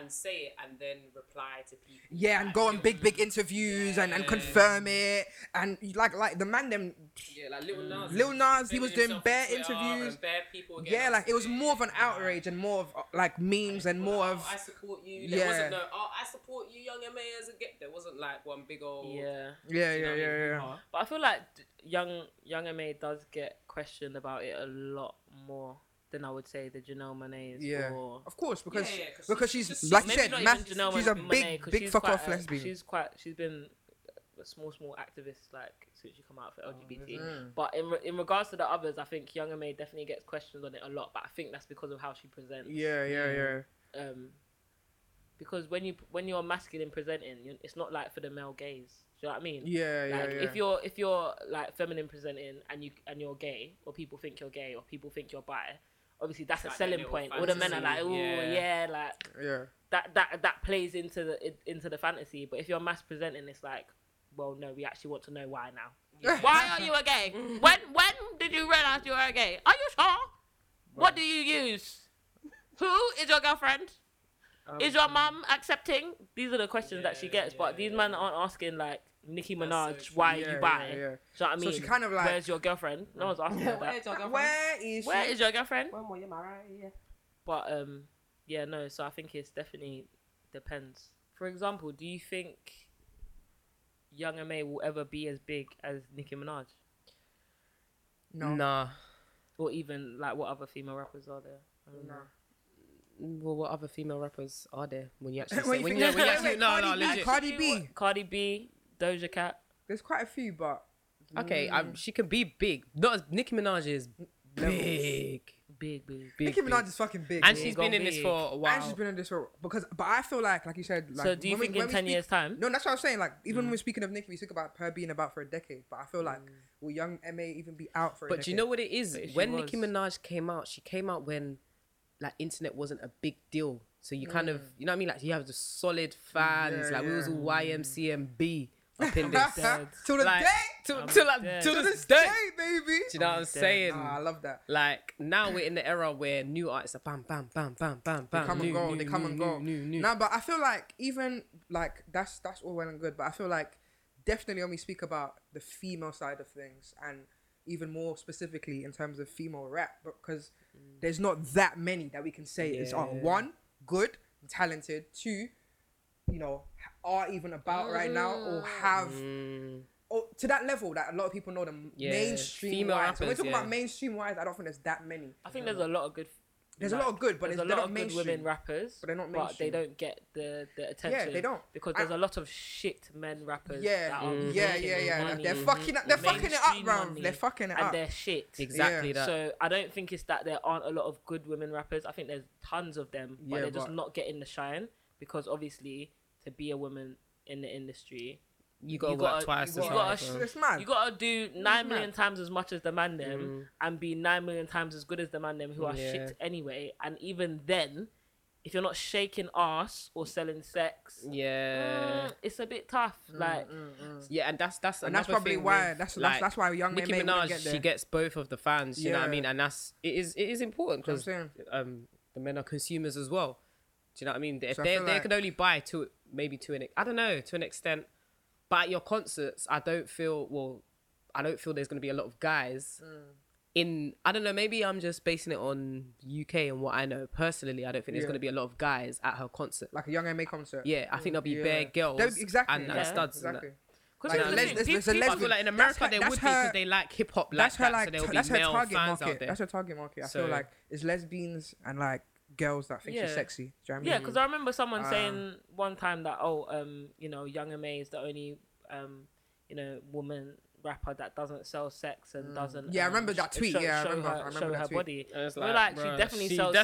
and say it and then reply to people. yeah, and like, go on little- big big interviews and, and Yeah. confirm it. And like like the man them. Yeah, like little Nas. Mm. Lil Nas, he defending was doing himself on bare Twitter interviews. and Bare people. were getting Yeah, like it was upset. more of an outrage and more of uh, like memes and more Like, of oh, I support you. There Yeah. wasn't no. Oh, I support you, young MA as a get. There wasn't like one big old. yeah, yeah you know what yeah I yeah mean? yeah. but I feel like d- young young Ma does get questioned about it a lot more than I would say the Janelle Monae is. Yeah, Or, of course because Yeah, yeah, 'cause because she's she's just- like you Maybe said, not mass, even Janelle she's a Monáe, big 'cause big she's fuck quite off a- lesbian. She's quite. She's been a small small activist like since she come out for LGBT. Mm. But in re- in regards to the others, I think Young Ma definitely gets questioned on it a lot. But I think that's because of how she presents. Yeah yeah yeah. um, because when you when you're masculine presenting, you it's not like for the male gaze. Do you know what I mean? Yeah, yeah, like yeah. if you're if you're like feminine presenting and you and you're gay or people think you're gay or people think you're bi, obviously that's Like a their selling little point. All the men are like, fantasy, oh yeah. yeah. like yeah. that that that plays into the in- into the fantasy. But if you're mass presenting, it's like, well, no, we actually want to know why now. Yeah. Why are you a gay? When when did you realize you were a gay? Are you sure? What do you use? Who is your girlfriend? Is Um, your mum accepting? These are the questions that she Yeah, gets, but yeah, these men yeah. aren't asking like Nicki That's Minaj, so true. why Yeah, you buy? yeah, yeah. Do you know what I So mean? she kind of like- where's your girlfriend? No one's asking her that. Where is Where she? is your girlfriend? When were you married? Yeah. But um, yeah, no. So I think it's definitely depends. For example, do you think Young MA will ever be as big as Nicki Minaj, no. Nah. or even like what other female rappers are there? I don't know. Well, what other female rappers are there when you actually When say, you when think- you, when you wait, actually wait, no Cardi no B- legit? Cardi Who- B. Cardi B, Doja Cat. There's quite a few, but Mm. Okay, um, she can be big. Not as Nicki Minaj is big, Big, big. big, Nicki big. Minaj is fucking big. and bro. she's gone been in this big. for a And she's while. been in this for because, but I feel like, like you said, like so do you when we- think when in we ten speak- years' time? No, that's what I'm saying. Like even when we're speaking of Nicki, we speak about her being about for a decade, but I feel like will young Ma even be out for? a But do you know decade? what it is? But she When Nicki was. Minaj came out, she came out when like internet wasn't a big deal. So you kind of you know what I mean? Like you have the solid fans. Yeah, like we was Mm. yeah. all YMCMB up in this. dead. Till the Like, day, to, I'm to, like, dead. to to this day. baby. Do you know what I'm dead. saying? Nah, I love that. Like now we're in the era where new artists are bam bam bam bam bam bam. They come and new, go. new, they come new, and go. New, new, new. Nah, but I feel like even like that's that's all well and good, but I feel like definitely when we speak about the female side of things and even more specifically in terms of female rap, because Mm. there's not that many that we can say is oh, Yeah. one good, talented, two, you know, are even about right now or have Mm, or to that level that a lot of people know them Yeah, mainstream female wise. so when we rappers, talk yeah. about mainstream wise, I don't think there's that many. I think there's a lot of good. There's a lot of good, but there's it's- a they're lot not of good mainstream. women rappers, But they're not they mainstream. don't get the, the attention. they don't. because I- there's a lot of shit men rappers. Yeah, that are yeah, making yeah, yeah. money They're fucking, they're with fucking it up, mainstream bro. money They're fucking it and up. they're shit. exactly that. So I don't think it's that there aren't a lot of good women rappers. I think there's tons of them, but Yeah, they're just but- not getting the shine because obviously to be a woman in the industry, you gotta you work gotta- twice. you as gotta hard, sh- bro. It's mad. you gotta do nine million mad. Mm-hmm. times as much as the man them Mm, and be nine million times as good as the man them who are Yeah. shit anyway. And even then, if you're not shaking ass or selling sex, yeah. mm, it's a bit tough. like Mm. Yeah, mm, and that's that's and that's another probably thing why. with, that's, like, that's that's why young men Nicki may Minaj not get there. she gets both of the fans. You know what I Yeah. mean? And that's it is it is important I'm because saying. um the men are consumers as well. Do you know what I mean? If So I they feel they like- can only buy to maybe to an I don't know to an extent, but at your concerts I don't feel well I don't feel there's gonna be a lot of guys. Mm. In I don't know maybe I'm just basing it on UK and what I know personally I don't think there's Yeah. gonna be a lot of guys at her concert. like a young MA concert. Yeah, I think there'll be Yeah. bare girls There'll be- exactly. and, and Yeah. studs and that. Exactly. 'cause Like, here's the les- thing, there's- pe- there's a people- lesbian- I feel like in That's America her- they that's would be her- because they like hip hop like That's her that, like. so there will ta- be that's her male target fans out market. there. That's her target market. I So- feel like it's lesbians and like girls that think she's Yeah. sexy. Do you know what I Yeah, mean? because I remember someone Ah. saying one time that oh, um, you know, Young and May is the only um, you know, woman rapper that doesn't sell sex and doesn't. Mm. Yeah, I um, remember that sh- tweet. Show, Yeah, I show remember- her, I remember show that her tweet. body. And it's We're like, bruh, she definitely sells.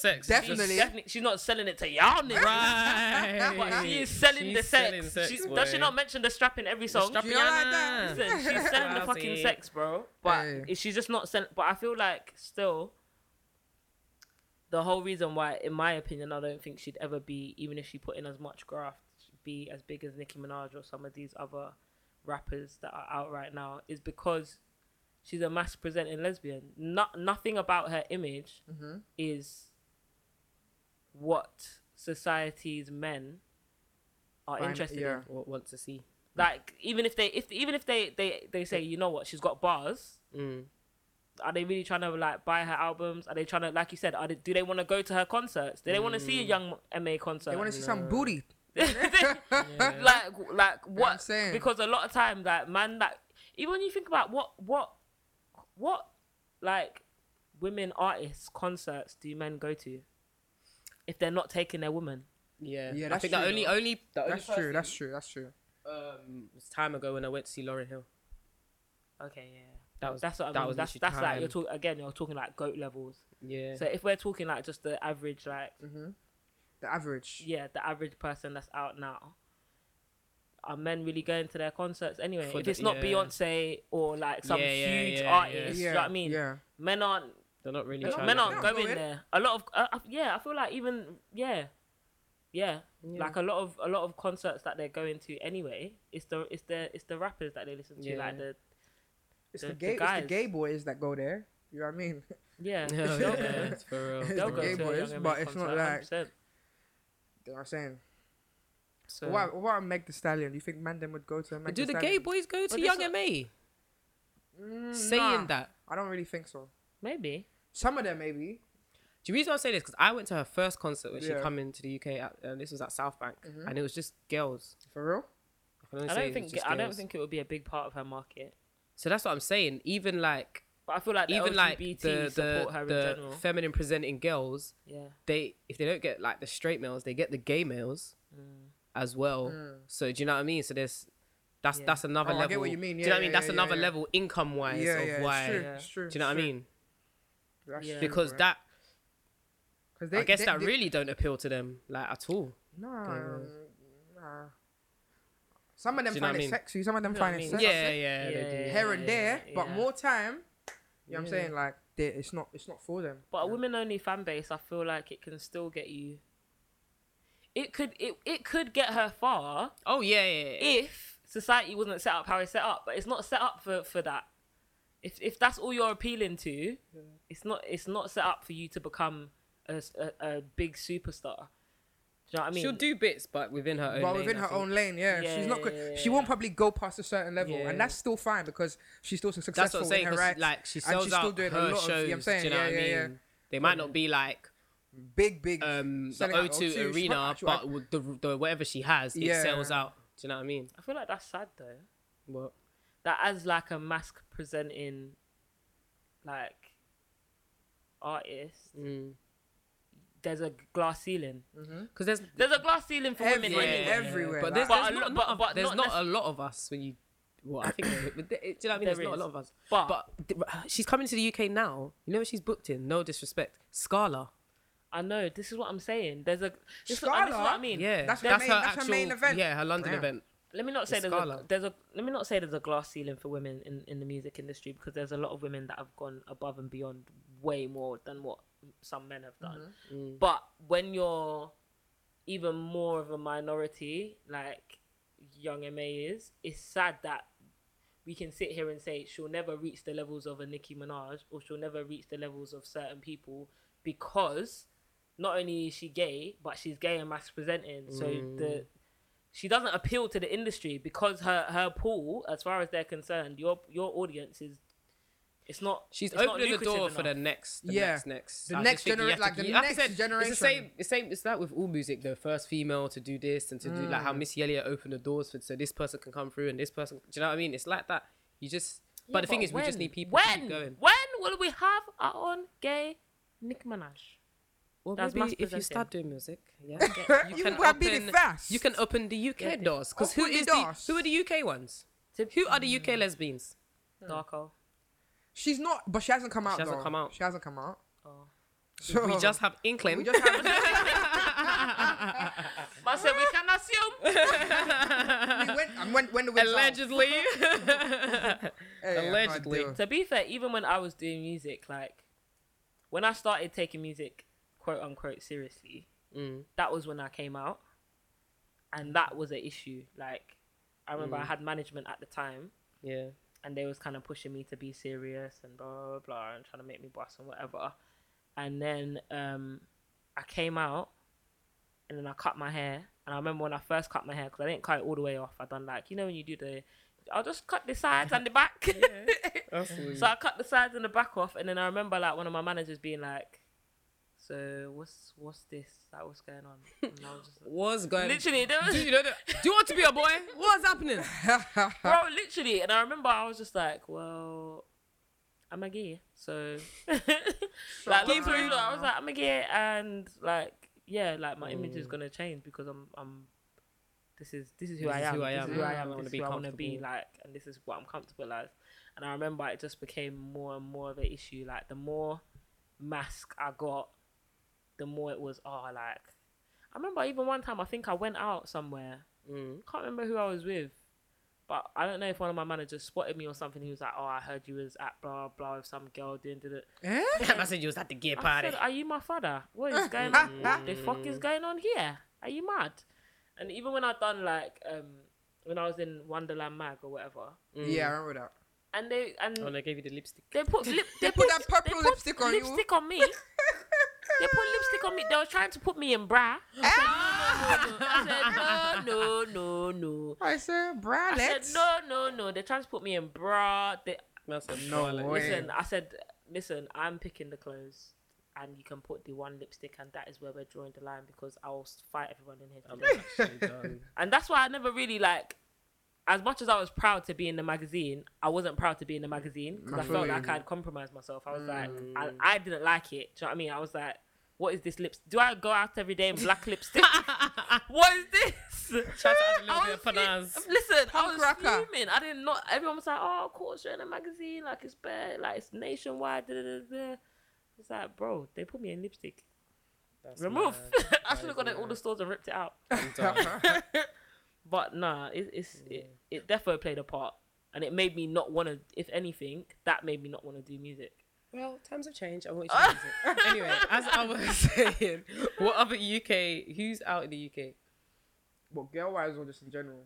sex. sex. Definitely. She's, definitely, she's not selling it to y'all niggas. Right. But she is selling the She's sex. selling sex, She's- does she boy. not mention the strap in every song? strap Do you know like that? Yeah. Listen, she's selling the fucking Lousy. sex, bro. But Hey. if she's just not selling. But I feel like still, the whole reason why, in my opinion, I don't think she'd ever be, even if she put in as much graft, she'd be as big as Nicki Minaj or some of these other rappers that are out right now, is because she's a mass presenting lesbian. Not nothing about her image Mm-hmm. is what society's men are Fine, interested yeah. in What want to see? like even if they if even if they they they say you know what she's got bars Mm. are they really trying to like buy her albums are they trying to like you said are they, do they want to go to her concerts do they want to see a young ma concert Mm. They want to see some booty. like like what I'm saying. because a lot of times like man like even when you think about what what what like women artists concerts do men go to if they're not taking their woman Yeah. Yeah, I that's think the true, only though. only the only That's true. That's true. That's true. um, it was time ago when I went to see Lauren Hill. okay yeah That was that's what I that mean. was That's literally that's like time. you're talking again. You're talking like goat levels. Yeah. So if we're talking like just the average, like Mm-hmm. The average. yeah, the average person that's out now, are men really going to their concerts anyway? For if the- it's not yeah. Beyonce or like some Yeah, yeah, huge yeah, yeah. artist, do you Yeah. know what I mean? Yeah. Men aren't They're not really. They're trying men to- not- aren't they're going going. there. A lot of uh, uh, yeah, I feel like even yeah, yeah, like a lot of a lot of concerts that they're going to anyway. It's the it's the it's the rappers that they listen to, Yeah. like the It's The- the the gay. It's guys. the gay boys that go there. You know what I mean? yeah. Yeah, they'll yeah, go. it's for real. It's They'll go the gay to a boys, Young and but Men it's not concert, like- 100%. You know what I'm saying? So. What, what about Meg the Stallion? Do you think Mandem would go to a Meg Do Thee the gay Stallion? boys go to this Young one- MA? Mm, Saying nah. that. I don't really think so. Maybe. Some of them maybe. Do you reason I say this? Because I went to her first concert when Yeah. she come into the UK, at, and this was at South Bank, and it was just girls. For real? I, can only I say it don't was think just I don't girls. think it would be a big part of her market. So that's what I'm saying. Even like, But I feel like the even LGBT like the the, support her in the general. feminine presenting girls, yeah. they if they don't get like the straight males, they get the gay males as well. So do you know what I mean? So there's that's Yeah. that's another Mm. Oh, I level. get what you mean. do you know Yeah, what I mean? yeah, That's yeah, another yeah. level income wise yeah, of yeah, why. It's true. Yeah. It's true. Do you know what I mean? Yeah. Because that Because I guess that really don't appeal to them like at all. No, nah. Some of them Do you know what I find it mean? sexy. Some of them You know what find I it mean? sexy. Yeah, yeah, they do. Yeah. Here and there, but yeah. more time. You know what I'm Yeah. saying? Like, they- it's not, it's not for them. But a women only fan base, I feel like it can still get you. It could it, it could get her far Oh yeah, yeah, yeah. if society wasn't set up how it's set up, but it's not set up for, for that. If if that's all you're appealing to, it's not it's not set up for you to become a, s- a- a big superstar. Do you know what I mean? she'll do bits, but within her own. but lane, within I her think. own lane, yeah, she's not. Yeah, good. yeah, she won't probably go past a certain level, Yeah. and that's still fine because she's still successful That's what I'm saying. in her 'cause, right. Like she and sells she's out still doing her a lot shows. of. You know what I'm saying? do you know yeah, what I mean? yeah, They might not be like yeah. Big, big. um, the selling O2, out O2, she's arena, not actual- but with the, the whatever she has, it Yeah. sells out. Do you know what I mean? I feel like that's sad though. Well, That as like a mask presenting, like artist, there's a glass ceiling. because there's There's a glass ceiling for women Everywhere, anyway. everywhere, but like- there's, But there's a not, lot- not, but- a, there's but not, not a lot of us when you. Well, I think, there- but there- do you know what I mean? There There's not a is. lot of us. But- but th- she's coming to the UK now. You know what she's booked in? No disrespect, Scala. I know. This is what I'm saying. There's a. This, Scarla, this is what I Scala? mean. Yeah, That's her main- that's her main event. Yeah, her London Wow. event. Let me not say there's a, Scala. there's a. Let me not say there's a glass ceiling for women in, in the music industry because there's a lot of women that have gone above and beyond way more than what some men have done. But when you're even more of a minority, like Young Ma is, it's sad that we can sit here and say she'll never reach the levels of a Nicki Minaj or she'll never reach the levels of certain people because not only is she gay, but she's gay and mass presenting. So Mm. the she doesn't appeal to the industry because her her pool, as far as they're concerned, your your audience is it's not She's it's not opening the lucrative door for the enough. next, the Yeah. next, next, The I just next think you genera- have to like the keep- next generation. It's the same, the same. It's like with all music, the first female to do this and to do like how Mm. Missy Elliott opened the doors for, so this person can come through and this person. Do you know what I mean? It's like that. You just, but the thing is, we just when? need people to when keep going. when will we have our own gay Nick Minaj? Well, That's maybe mass if you presenting. start doing music, yeah, You will be the first. You can open the UK doors because who Open the is the, doors. who are the UK ones? Tip- Who are the UK lesbians? Darko? She's not, but she hasn't come out. hasn't though. come out. She hasn't come out. Oh. So We just have inkling. we just have, But so we can assume. we went, and when, when the wind's out. allegedly. Yeah, yeah, allegedly. no, I do. to be fair, even when I was doing music, like when I started taking music, quote unquote, seriously, Mm. that was when I came out, and that was an issue. Like I remember I had management at the time, Yeah. and they was kind of pushing me to be serious and blah blah blah and trying to make me boss and whatever. And then um, I came out, and then I cut my hair. And I remember when I first cut my hair because I didn't cut it all the way off. I done like you know when you do the, I'll just cut the sides and the back. So I cut the sides and the back off, and then I remember like one of my managers being like, "So what's what's this? Like what's going on?" And I was just What's going? literally, there was, Do you know that? Do you want to be a boy? What's happening? Eh? bro, literally. And I remember I was just like, "Well, I'm a gay," so like literally, like, I was like, "I'm a gay," and like yeah, like my image is Mm. gonna change because I'm I'm. This is this is who This I is am. who I This am. is who I I am. wanna This be is who I want to be comfortable. like, and this is what I'm comfortable as. And I remember it just became more and more of an issue. Like the more mask I got, the more it was, oh, like, I remember even one time, I think I went out somewhere. Mm. Can't remember who I was with, but I don't know if one of my managers spotted me or something. He was like, oh, I heard you was at blah, blah, with some girl doing, did it. Eh? I said you was at the gay I party. said, are you my father? What is going on? What the fuck is going on here? Are you mad? And even when I done like, um, when I was in Wonderland Mag or whatever, Yeah, I remember that. and they and Mm. Oh, they gave you the lipstick. they put lip, they, put put, that purple they put lipstick on you. lipstick on me. they put lipstick on me. They were trying to put me in bra. Ah! I said, no, no, no, no. I I said, said, bralette. no, no, no. They trying to put me in bra. They, No way. listen, I said, listen, I'm picking the clothes. And you can put the one lipstick, and that is where we're drawing the line because I'll s- fight everyone in here. to death. "Oh, and that's why I never really like. As much as I was proud to be in the magazine, I wasn't proud to be in the magazine because I Absolutely. felt like I'd compromised myself. I was like, I, I didn't like it. Do you know what I mean? I was like, what is this lips? Do I go out every day in black lipstick? what is this? Try to add a little I bit of was finesse. fuming. Listen, I Punk was rocker. fuming. I didn't know. Everyone was like, "Oh, of course you're in a magazine. Like it's bad. Like it's nationwide." Da, da, da, da. It's like, bro, they put me in lipstick. Remove. I should have gone to all the stores and ripped it out. But nah, it, it's Mm. it, it definitely played a part, and it made me not want to. If anything, that made me not want to do music. Well, times have changed. I want you to use it. anyway, as I was saying, what other UK? Who's out in the UK? Well, girl wise or just in general?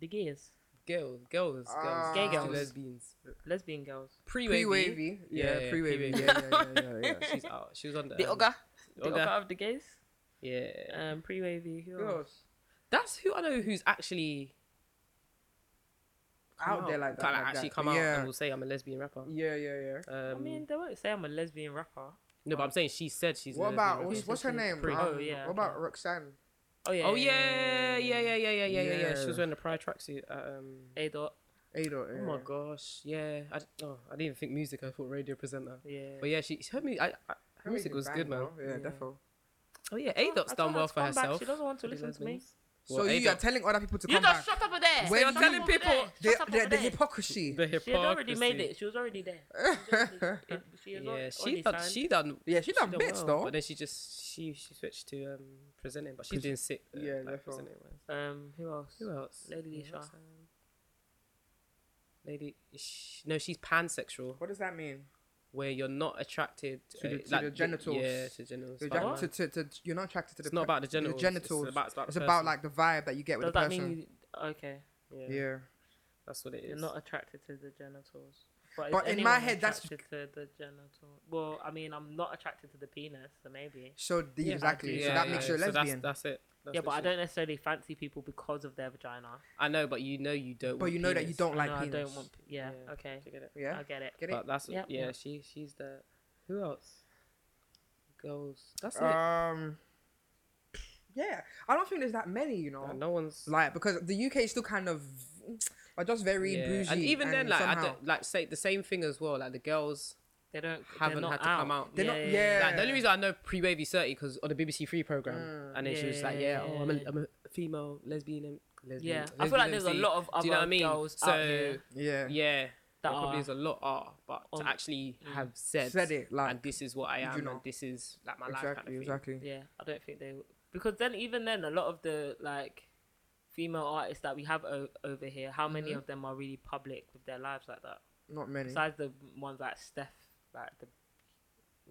The gears, Girls, girls, Ah. girls, Gay girls. lesbians, lesbian girls. Pre pre-wavy. wavy. Yeah, Yeah, yeah, pre wavy. pre-wavy. Yeah, yeah, yeah, yeah, yeah. She's out. She was on the, The um, ogre, the Ogre. ogre of the gays. Yeah, Um, pre wavy. Who else? that's who I know who's actually come Out there like that, Kinda like actually that. come out Yeah. and will say I'm a lesbian rapper. Yeah, yeah, yeah. Um, I mean, they won't say I'm a lesbian rapper. no, but I'm saying she said she's. a What lesbian about rapper. what's, what's her name? Pre- Um, Oh, yeah, What about Roxanne? Oh yeah. Oh yeah, yeah, yeah, yeah, yeah, yeah, yeah, yeah. She Yeah. was wearing the Pride tracksuit. At, um, A dot. Adol. Oh my gosh, yeah. I, d- oh, I didn't even think music. I thought radio presenter. Yeah. But yeah, she her, mu- I, I, her music was good, man. Yeah, definitely. Oh yeah, A Dot's I done told her well to for come back. herself. She doesn't want to For the listen to me. lesbians. So Well, you are A-Dot- telling other people to You come just back. shut up over there. When You're you- telling people The, shut up the, over the there. hypocrisy. the She had already hypocrisy. made it. She was already there. She was Yeah, already she done, signed. she done. yeah, she done bits well, though. But then she just she she switched to um presenting, but she's doing sick. Uh, yeah, like, therefore. presenting. wise. Um, who else? Who else? Lady Who else, Isha. um, Lady, Ish- no, she's pansexual, What does that mean? where you're not attracted To the- to the the- genitals. Yeah, to genitals. You're, but, attracted um, to, to, to, you're not attracted to the it's not per- about the genitals. The genitals. It's about, it's about, the It's about person. like the vibe that you get Does with the that person. mean you, okay? yeah, yeah. that's what it You're is. not attracted to the genitals. But, is But in my anyone head, that's- attracted to the genital. Well, I mean, I'm not attracted to the penis, so maybe. So the, Yeah, exactly. yeah, so that yeah, makes yeah. you a So lesbian. that's, that's it. That's yeah, but I literally- don't necessarily fancy people because of their vagina. I know, but you know you don't. but want you know that you penis. don't I like know penis. I don't want. p- Yeah. Yeah. Okay. Do you get it? yeah. I get it. Get it? But that's Yep, yeah. yep. She she's the who else? Girls. That's it. Um. Yeah, I don't think there's that many, you know. Like, no one's Like because the UK is still kind of, are just very yeah. bougie. and even then, and like I somehow- don't, like say the same thing as well. Like the girls They don't. haven't they're had not to out. come out. They're not- Like, the only Yeah. reason I know pre wavy thirty because on the BBC Three program, um, Mm. and then she was like, "Yeah, oh, I'm a, Yeah. I'm a female lesbian." And, lesbian Yeah, I feel like there's a lesbian lot of MC." other Do you know what I mean? girls so out here yeah. yeah, that there probably are- is a lot are, but on- to actually have said Said it, like, and this is what I you am, and know. this is like my life kind of Exactly, thing. exactly. Yeah, I don't think they w- because then even then a lot of the like female artists that we have o- over here, how many of them are really public with their lives like that? Not many. Besides the ones like Steph, like the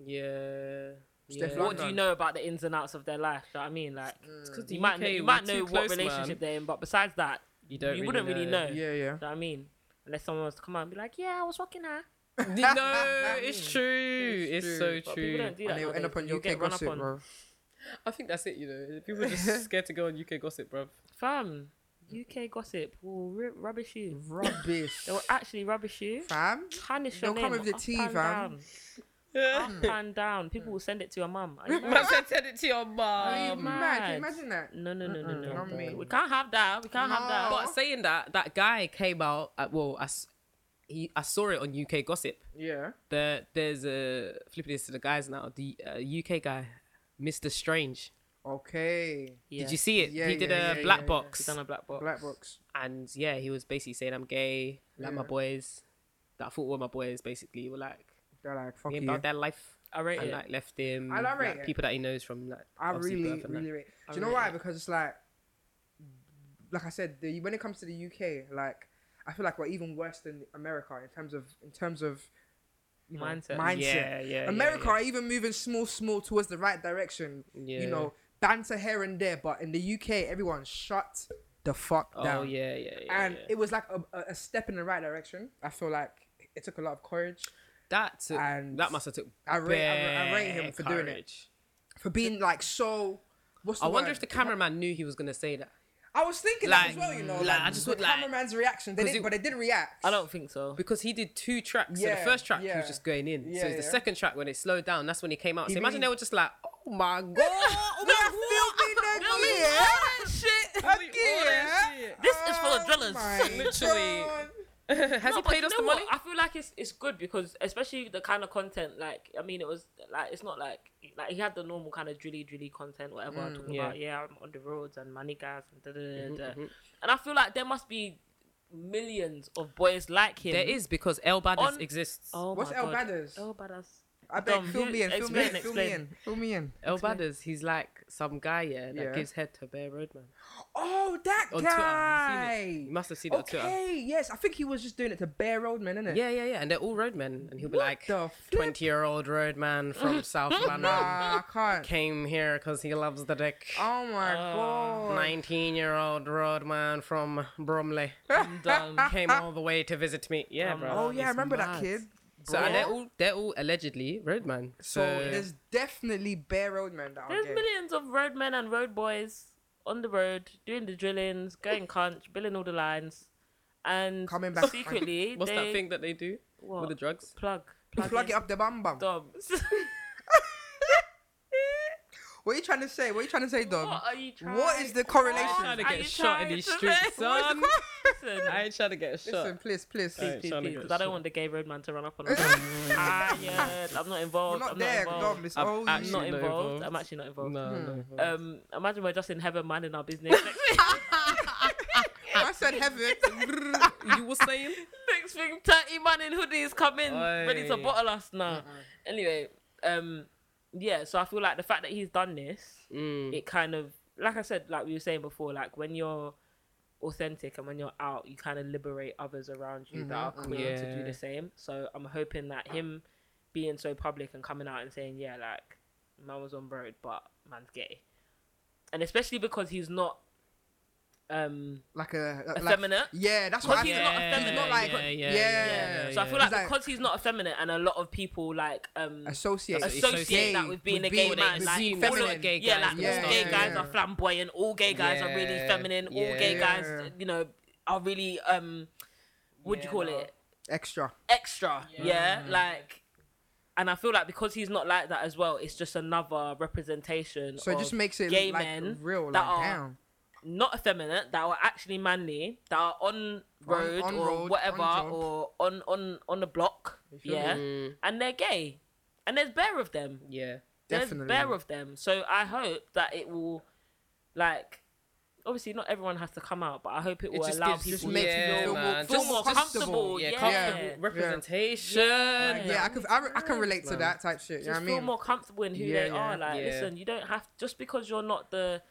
Yeah. Steph yeah. Lundgren. what do you know about the ins and outs of their life? Do you know what I mean? Like Mm. It's 'cause the you might know, UK you we're might too know close, what relationship man. they're in, but besides that, You don't. you wouldn't really know. Yeah, yeah. do you know what I mean? Unless someone was to come out and be like, "Yeah, I was fucking her," no, it's true. It's, It's true. so but people true. don't do that. And they will end nowadays, up on you'll UK get run gossip, up on. bro. I think that's it. You know, people are just scared to go on UK gossip, bruv. Fam, Mm. UK gossip will ri rubbish you. Rubbish, They will actually rubbish you. fam. Tarnish your They'll name come with the up tea, and fam. down. Oh up and down. People will send it to your mum. Are you Man said, send it to your Are you mom. mad? Can you mad. imagine that? No, no, no, no, no. not me. We can't have that. We can't have that. No. But saying that, that guy came out. At, well, I, s- he, I saw it on UK gossip. Yeah. The, there's a flipping this to the guys now. The uh, UK guy, Mr. Strange. Okay. Yeah. Did you see it? Yeah, he did yeah, a yeah, black yeah, yeah. box, He's done a black box. Black box. and yeah, he was basically saying, "I'm gay, like my Yeah. boys." That I thought were my boys. Basically, were like, They're like, fuck "Ain't you. about their life." I rate and it. like left him. I don't like, rate it. people that he knows from like. I obviously really, birth and that. really rate. I Do you know really why? rate. Because it's like, like I said, the, when it comes to the UK, like I feel like we're even worse than America in terms of in terms of you know, Mindset. mindset. Yeah, yeah. America yeah, are even moving small, small towards the right direction. yeah. You know, banter here and there, but in the UK, everyone shut the fuck Oh down. yeah, yeah, yeah. and yeah. it was like a, a- a step in the right direction. I feel like it took a lot of courage that took, and that must have took. I rate- I rate- I rate him bare for doing it. courage. for being like so What's the I wonder word? if the cameraman knew he was gonna say that I was thinking that as Like, well, you know. like, Like, I just the would, like- cameraman's reaction. They 'Cause didn't, it- but they did react. I don't think so. because he did two tracks. so Yeah, the first track he yeah. was just going in. Yeah, so it's the yeah. second track when it slowed down. That's when he came out. So He imagine they really- were just like, oh my god, Oh, we are filming Really? again. All that shit. Really? All that Again. shit. This is full of Oh drillers. my Literally. God. has No, he but paid you us know the what? money? I feel like it's it's good because especially the kind of content like I mean it was like it's not like like he had the normal kind of drilly drilly content whatever talking Mm, yeah. Mm-hmm, about yeah I'm on the roads and money guys and da da da da and I feel like there must be millions of boys like him. There is because El Badis On- exists. Oh What's my El God. Badders? El Badders. I beg, Dom, fill you- me in, fill me in, explain, fill me in, explain. fill me in. El Badis, he's like some guy yeah that Yeah. gives head to Bear Roadman Oh, that on Twitter. Have you, seen it? guy. you must have seen it on Twitter. Okay, yes, I think he was just doing it to Bear Roadman, innit? Yeah, yeah, yeah. And they're all roadmen. And he'll be What like, the Oh flip? 20 year old roadman from South London Nah, I can't. came here because he loves the dick. Oh my god. 19 year old roadman from Bromley done. came all the way to visit me. Yeah, bro. Oh yeah, I It's remember that mad. kid. So and they're bro. all they're all allegedly roadman. So So, there's definitely Bear Roadman that There's I'm getting. millions of roadmen and road boys on the road doing the drillings, going conch, billing all the lines, and Coming back. secretly. what's they that thing that they do What? with the drugs? Plug. Plug it up the bum bum. Dobbs. What are you trying to say? What are you trying to say, Dom? What are you trying? What is the correlation? What Trying to are get you shot in trying these to streets, say? son. Listen, I ain't trying to get a shot. Listen, please, please. Alright. please, trying to please, get because I don't shot. want the gay roadman to run up on us. Tired. I'm not We're involved. not I'm there, not Dom. involved. It's I'm all I'm you. not actually involved. not involved. I'm actually not involved. No, no. Um, imagine we're just in heaven minding our business. Next, I said heaven. you were saying? next thing, thirty man in hoodies come in, ready to Oi. bottle us now. Anyway, um, yeah. So I feel like the fact that he's done this, Mm. it kind of like I said, like we were saying before, like when you're authentic and when you're out, you kind of liberate others around you that are Mm-hmm. queer to do Yeah. the same. So I'm hoping that him being so public and coming out and saying, yeah, like man was on road, but man's gay, and especially because he's not. Um, like a like, Effeminate? Yeah, that's what I Because he's said. not He's effeminate. not like Yeah, yeah, yeah. yeah, so I feel like He's like- because he's not effeminate, and a lot of people like um Associate That's what associate that Gay with being a would gay be- man, would like seem all of- feminine. gay guys yeah, like and all stuff. gay guys Yeah. are flamboyant. All gay guys are really Yeah. feminine. All gay Yeah. guys, you know, are really um, what do you Yeah, call no. it? extra. Extra, yeah. Mm. Like, and I feel like because he's not like that as well, it's just another representation. So it just of makes it gay like men real, like that are down. not effeminate that are actually manly that are on road on or road, on whatever job. or on on on the block, yeah, and they're gay, and there's bare of them Mm, Yeah. there's Definitely. bare of them. So I hope that it will, like, obviously not everyone has to come out, but I hope it will just allow gives- people just to makes feel, you feel feel, more- man, feel more comfortable. comfortable. Yeah, Yeah, comfortable Yeah. representation. Like, yeah, I could, I, re- I can relate to that type shit. You know Just what I feel mean? more comfortable in who Yeah, they yeah, are. Like, yeah. listen, you don't have just because you're not the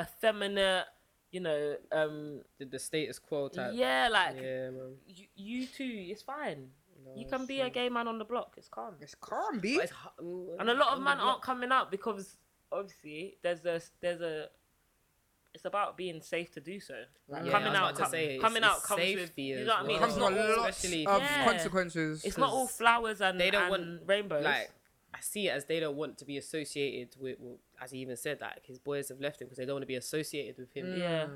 effeminate, you know, um, The, the status quo type. yeah, like Yeah, man. you, you too. It's fine. you can be a gay man on the block. It's calm. It's calm, B. But it's hu- and a lot of Mm, men yeah. aren't coming out because obviously there's a there's a it's about being safe to do so. Like, Yeah, I coming was out, about to com- say, it's- coming out it's comes with safety you as know what I mean. well. comes It's with not, a all- lot especially- of Yeah. consequences. it's not all flowers and They don't and want, rainbows. Like, I see it as they don't want to be associated with, well, as he even said, that like, his boys have left him because they don't want to be associated with Mm. him. yeah,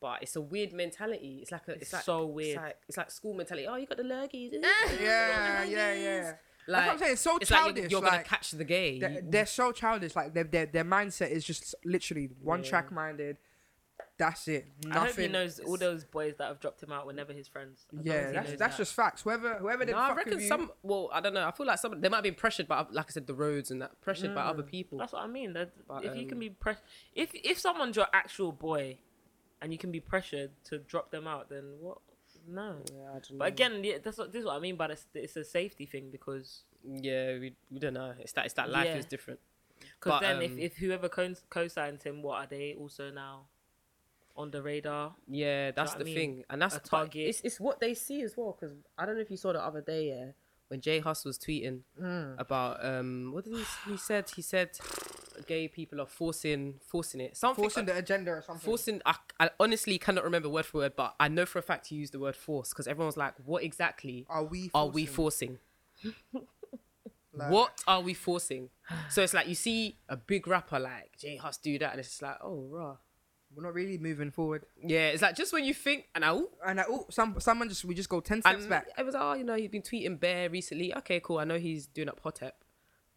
But it's a weird mentality. It's like a, it's, It's like, so weird. It's like, it's like school mentality. Oh, you got the lurgies. eh? Yeah, yeah, yeah. Like, I'm saying, it's so it's like you're- childish, you're, like- gonna catch the gay. They're, they're so childish. Like their their, their mindset is just literally one track minded. That's it. Nothing. I hope he knows all those boys that have dropped him out whenever his friends. I promise Yeah, he that's knows that's that. just facts. Whoever whoever they No, I fuck reckon with you, some. Well, I don't know. I feel like some. They might be pressured by, like I said, the roads and that pressured by other people. That's what I mean. That But, if you um, can be press, if if someone's your actual boy, and you can be pressured to drop them out, then what? No. Yeah, I don't But again, yeah, that's what this is what I mean. But it's, it's a safety thing because yeah, we, we don't know. It's that. It's that life Yeah. is different. because But, then if, um, if whoever co- co-signs him, what are they also now on the radar? Yeah, that's what I the mean? thing, and that's A but target. It's, it's what they see as well. Because I don't know if you saw the other day, yeah, when Jay Huss was tweeting Mm. about um, what did he he said? He said gay people are forcing forcing it something uh, forcing the agenda or something. Forcing, I, I honestly cannot remember word for word, but I know for a fact he used the word force because everyone was like, "What exactly Are we are we forcing? forcing?" What are we forcing? So it's like you see a big rapper like Jay Huss do that, and it's just like, oh, rah. We're not really moving forward. Yeah, it's like just when you think, and I, ooh, And I, oh, some someone just we just go ten steps and back. it was, oh, you know, he's been tweeting Bear recently. Okay, cool. I know he's doing up Hotep.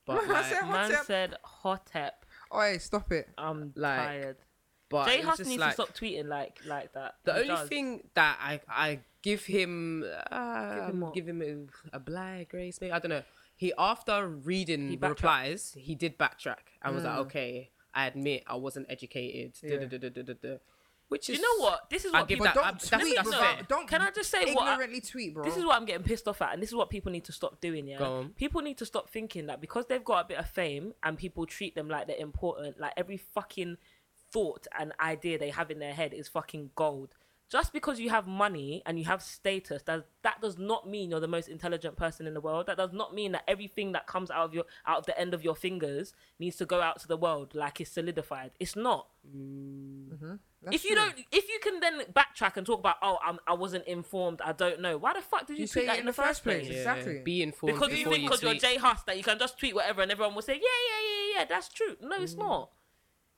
But, I like, said Man Hotep. said Hotep. Oi, stop it. I'm Like, tired. but Jay it's Huss just needs like- to stop tweeting like like that. The He only does. thing that I I give him, uh, give him him, what? a, a black grace, maybe I don't know. He after reading He the backtracked. replies, he did backtrack and was like, okay, I admit I wasn't educated, duh, Yeah. duh, duh, duh, duh, duh, duh." which is you know what? This is I what give people. that- But don't I'm- that's- tweet, that's bro. fair. Don't. Can I just say what I- ignorantly tweet, bro? This is what I'm getting pissed off at, and this is what people need to stop doing. Yeah, Go on. people need to stop thinking that because they've got a bit of fame and people treat them like they're important, like every fucking thought and idea they have in their head is fucking gold. Just because you have money and you have status, that that does not mean you're the most intelligent person in the world. That does not mean that everything that comes out of your out of the end of your fingers needs to go out to the world like it's solidified. It's not That's if you true. don't, if you can then backtrack and talk about, oh, I'm, I wasn't informed, I don't know. Why the fuck did you, You tweet say that in the first place? Yeah. exactly Exactly. be informed Because you before think you because you're tweet. Jay Huss that you can just tweet whatever and everyone will say, yeah, yeah, yeah, yeah, that's true. No, it's not.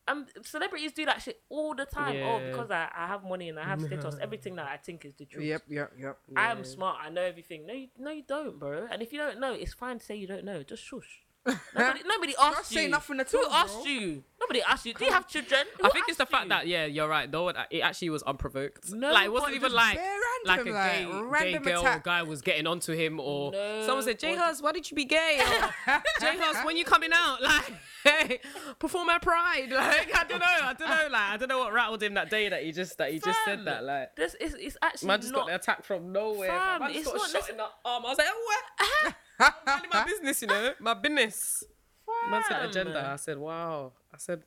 Um, celebrities do that shit all the time. Yeah. Oh, because I, I have money and I have status, everything that I think is the truth. Yep, yep, yep. I am smart. I know everything. No, you, no, you don't, bro. And if you don't know, it's fine to say you don't know. Just shush. Nobody, nobody asked you. saying nothing at Who all, asked bro. you? Nobody asked you. Do you have children? I Who think it's asked the fact you? that yeah, you're right. No, one- it actually was unprovoked. No, like it wasn't but even just like bare like a random, gay, like, gay random girl or attack. guy was getting onto him, or No, someone said, "Jay or- Hus, why did you be gay?" Or, "Jay Hus, when you coming out? Like, hey, perform at Pride." Like, I don't know, I don't know, like, I don't know what rattled him that day that he just that he just said Fam, that. Like, This is it's actually man just not. got an attack from nowhere. Fam, man just it's got not shot necess- in the arm. I was like, "Oh, what?" I'm minding my business, you know, my business. Man said Fam. agenda. I said, "Wow." I said,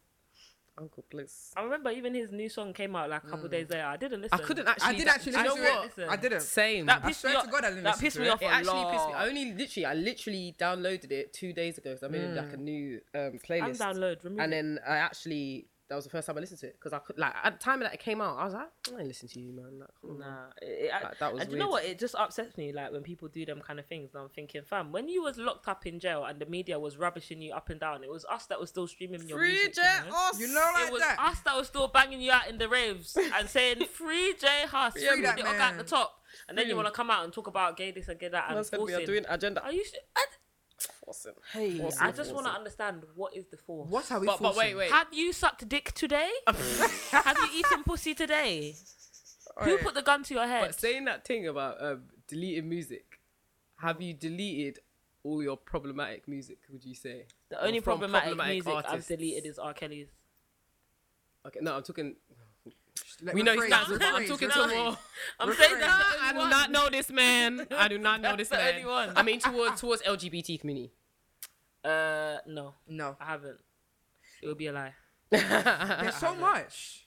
"Uncle, please." I remember even his new song came out like a couple days later. I didn't listen. Mm. I couldn't actually. I did that- actually do you know listen. to what? it. Listen. I didn't. Same. That I pissed swear me to off. God I didn't that listen pissed to me it. off. It a actually pissed me. lot. I only literally, I literally downloaded it two days ago because I made like Mm. a new um, And playlist. download. Remove and it. then I actually, that was the first time I listened to it because I could, like, at the time that it came out, I was like, I ain't listen to you, man. Like, come on. Nah, it, I, That- that was and you know weird. what? It just upsets me, like when people do them kind of things. And I'm thinking, fam, when you was locked up in jail and the media was rubbishing you up and down, it was us that was still streaming your Free music. you J know? Us. You know, it like was that. us that was still banging you out in the raves and saying free J Huss, free, that the guy at man. the top, and then you Free. want to come out and talk about gay this and gay that and Man said we are forcing. doing agenda. Are you? Sh- I, Forcing. Hey, I just want to understand what is the force. What are we? But, but wait, forcing? wait. Have you sucked dick today? Have you eaten pussy today? Who Oi. put the gun to your head? But saying that thing about um, deleting music, have you deleted all your problematic music? Would you say? the only Or from problematic, music artists? I've deleted is R. Kelly's. Okay, no, I'm talking. Let we me know he's phrase, not, let but me I'm phrase, talking let to me more. phrase. I'm Referring- saying that's the I only do one. not know this man. I do not know this That's the man. only one. I mean, towards towards LGBT community. Uh, no, No, I haven't. It would be a lie. there's so much.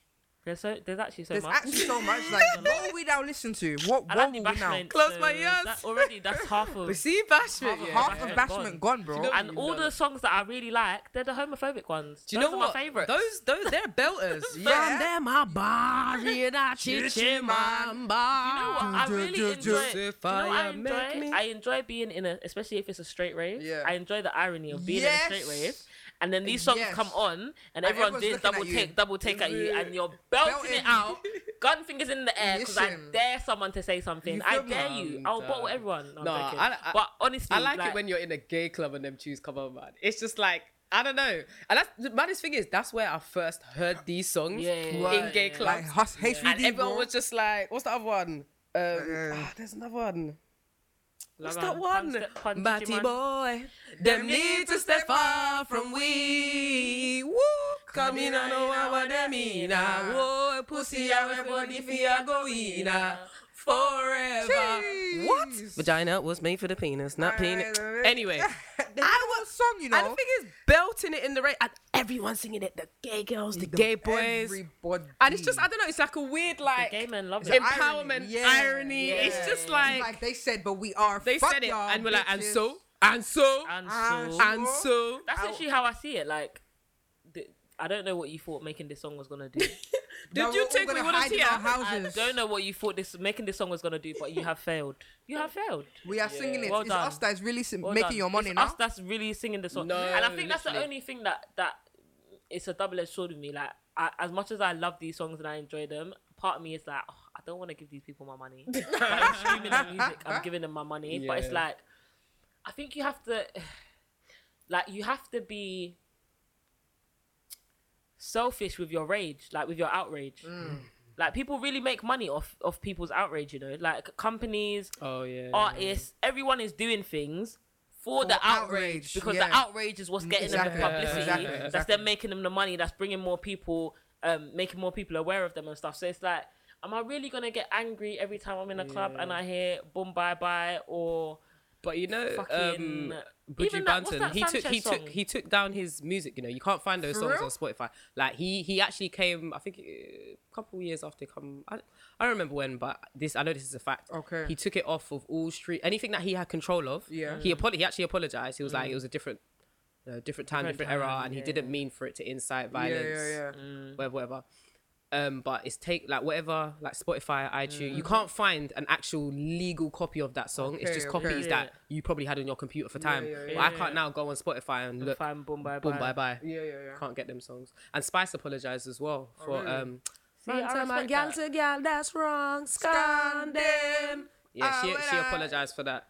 There's so there's actually so There's much. actually so much. Like, what will we now listen to? What? I What like will the we now? bashment. Close so my ears. That already that's half of. We see bashment. Yeah. Half of Bashment bashment gone, Do bro. you know- and all the songs that I really like, they're the homophobic ones. Do you those know are what? my favorites. Those those they're belters. Yeah. them I body and I chichimamba. You know what? I Do, really do, enjoy. do. Do you know what I Fire, make me- enjoy? I enjoy being in a, especially if it's a straight rave. Yeah. I enjoy the irony of being in a straight rave, Yes. Uh, and then these songs Yes. come on, and And everyone's everyone's doing looking at double you. take, double take at you, and you're belting, it Belting. out, gun fingers in the air, because I Listen. dare someone to say something. You I feel me? dare you. I'll Um, bottle everyone. No, I'm nah, joking. I- I- but honestly, I like, it when you're in a gay club and them tunes come on, man. It's just like I don't know. And that's the maddest thing is that's where I first heard these songs Yeah, in yeah, gay yeah. clubs. Like, Hus and HVD, everyone bro. was just like, "What's the other one? Um, Uh, ah, there's another one. What's Love that and one? punch that punch, Batty Digimon. boy, them need to step far from we. Woo, come in and know what them mean. ah. Whoa, pussy everybody fear going ah, forever. Jeez. What? Vagina was made for the penis, not penis. Anyway. I was song, you know. And the thing is, belting it in the rain, and everyone singing it. The gay girls, the, The- gay boys, everybody. and it's just I don't know. It's like a weird like gay men love It's it. an empowerment, irony. irony. Yeah, yeah. It's just Yeah. like, like they said, but we are. they fuck said it, y'all, and we're like, and bitches. so, and so, And Ah, so shit. and so. that's Ow. actually how I see it. Like, the, I don't know what you thought making this song was gonna do. Did Now we're you all take me gonna with a hide in tea? our I- I houses. don't know what you thought this making this song was gonna do, but you have failed. You have failed. We are singing it. Well it's done. us that is really sim- Well making done. your money it's now. Us that's really singing the song. No, and I think that's the literally. only thing that that it's a double edged sword with me. Like I, as much as I love these songs and I enjoy them, part of me is like, "Oh, I don't want to give these people my money. Like, I'm streaming their music. I'm giving them my money, but it's Yeah. like, I think you have to, like, you have to be selfish with your rage, like with your outrage. Like people really make money off off people's outrage, you know. Like companies, Oh yeah. artists, everyone is doing things for, the outrage, outrage, because the yeah. outrage is what's Mm, getting exactly, them the publicity. exactly, That's exactly. them making them the money. That's bringing more people, um, making more people aware of them and stuff. So it's like, am I really gonna get angry every time I'm in a club and I hear "Boom Bye Bye" or But you know, Fucking- um, Buju Even that- what's Banton, that he took Sanchez he song? took he took down his music. You know, you can't find those For songs real? on Spotify. Like he he actually came, I think, a couple of years after come. I, I don't remember when, but this I know this is a fact. Okay. he took it off of all street anything that he had control of. Yeah. he apo- he actually apologized. He was like, it was a different. you know, different time, different, Mm. Different era, time, and he yeah. didn't mean for it to incite yeah, violence yeah, yeah. Mm. whatever, whatever. Um, but it's take like whatever, like Spotify, iTunes. Mm. You can't find an actual legal copy of that song. it's Okay, just okay. copies Yeah. that you probably had on your computer for time. yeah, But yeah, I can't now go on Spotify and look. "Fine Boom Bye Boom, bye, Bye"? bye. Yeah, yeah, yeah. Can't get them songs. And Spice apologized as well for really? um. See, I "Man to man, respect gal that. to gal, that's wrong. Scandem. Scandem. Yeah, she Ah, she well, I- apologized for that.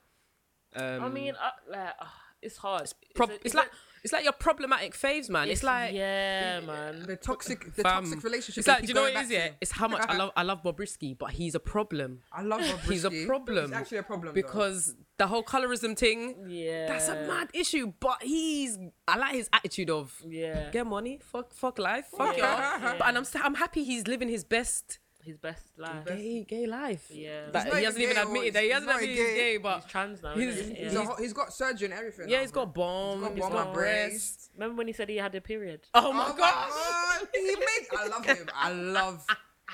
Um, I mean, uh, like, uh, it's hard. It's, prob- a- it's, like it's like your problematic faves, man. a- It's, like yeah, man. The toxic, the fam, toxic relationship. It's they like, do keep you know going what it back is? to. Yeah, it's how much I love I love Bobrisky, but he's a problem. I love Rob He's a Brisky. problem. He's actually a problem though. because the whole colorism thing. yeah, That's a mad issue, but he's. I like his attitude of Yeah, get money, fuck, fuck life, fuck Yeah. y'all. But and I'm st- I'm happy he's living his best his best life. gay gay life. Yeah. That He's not he hasn't even even gay or admitted he's- that he he's hasn't not admitted gay. he's gay, but He's trans now. He's- innit? he's, Yeah. a ho- he's got surgery and everything. yeah, now, he's got man. bomb, got he's bomb got and breast. Remember when he said he had a period? Oh Oh my my gosh! God, he makes. I love him. I love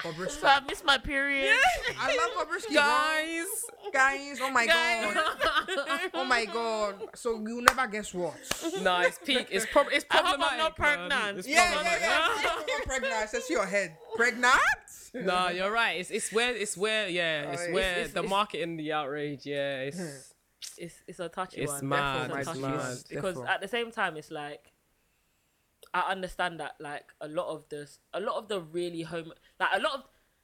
Bob So I Brisky. missed my period. I love Bob Brisky. bro. Guys, guys, oh my Guys. god, oh my god. So you'll never guess what. no, it's peak. It's prob- it's I hope problematic. I'm not man. pregnant. It's Yeah, yeah, problematic. yeah. yeah. pregnant. I said to your head, pregnant. No, you're right. It's it's where it's where yeah, it's it's- where it's- the it's- marketing, the outrage. Yeah, it's It's it's a touchy It's one. mad, Definitely it's a touchy mad, one. Because defo. at the same time, it's like I understand that like a lot of this, a lot of the really home, like a lot of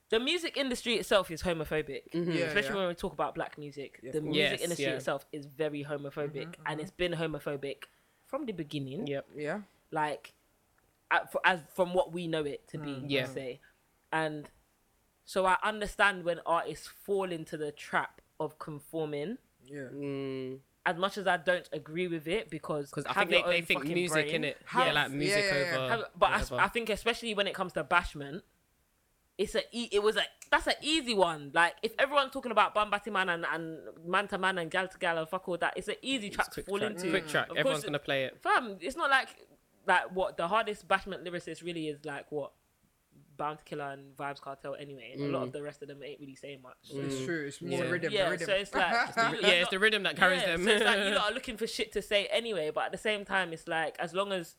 the music industry itself is homophobic. Yeah, Especially yeah. when we talk about black music, the course. music Yes, industry yeah. itself is very Mm-hmm, homophobic, and it's been homophobic from the beginning. yep. Yeah. like at, for, as from what we know it to be, Mm, Yeah. yeah. say, and so I understand when artists fall into the trap of conforming. Yeah. Mm. As much as I don't agree with it, because Because I Mm. have think they, your they own think fucking music brain. in it, Have- yeah, like yeah, music yeah, yeah. over. Have- but I, s- whatever. I think especially when it comes to bashment, it's a e- it was a that's an easy one. Like if everyone's talking about Bambati man and, and man to man and gal to gal and fuck all that, it's an easy trap to quick fall track, into. quick track. Of Everyone's course- gonna play it. fam, it's not like like what the hardest bashment lyricist really is like what Bounty Killer and Vibes Cartel anyway. A Mm. lot of the rest of them ain't really saying much. So, It's true. It's more Yeah. rhythm. Yeah, rhythm. so it's like Yeah, it's the rhythm that carries yeah, them. So it's like you lot are looking for shit to say anyway, but at the same time, it's like as long as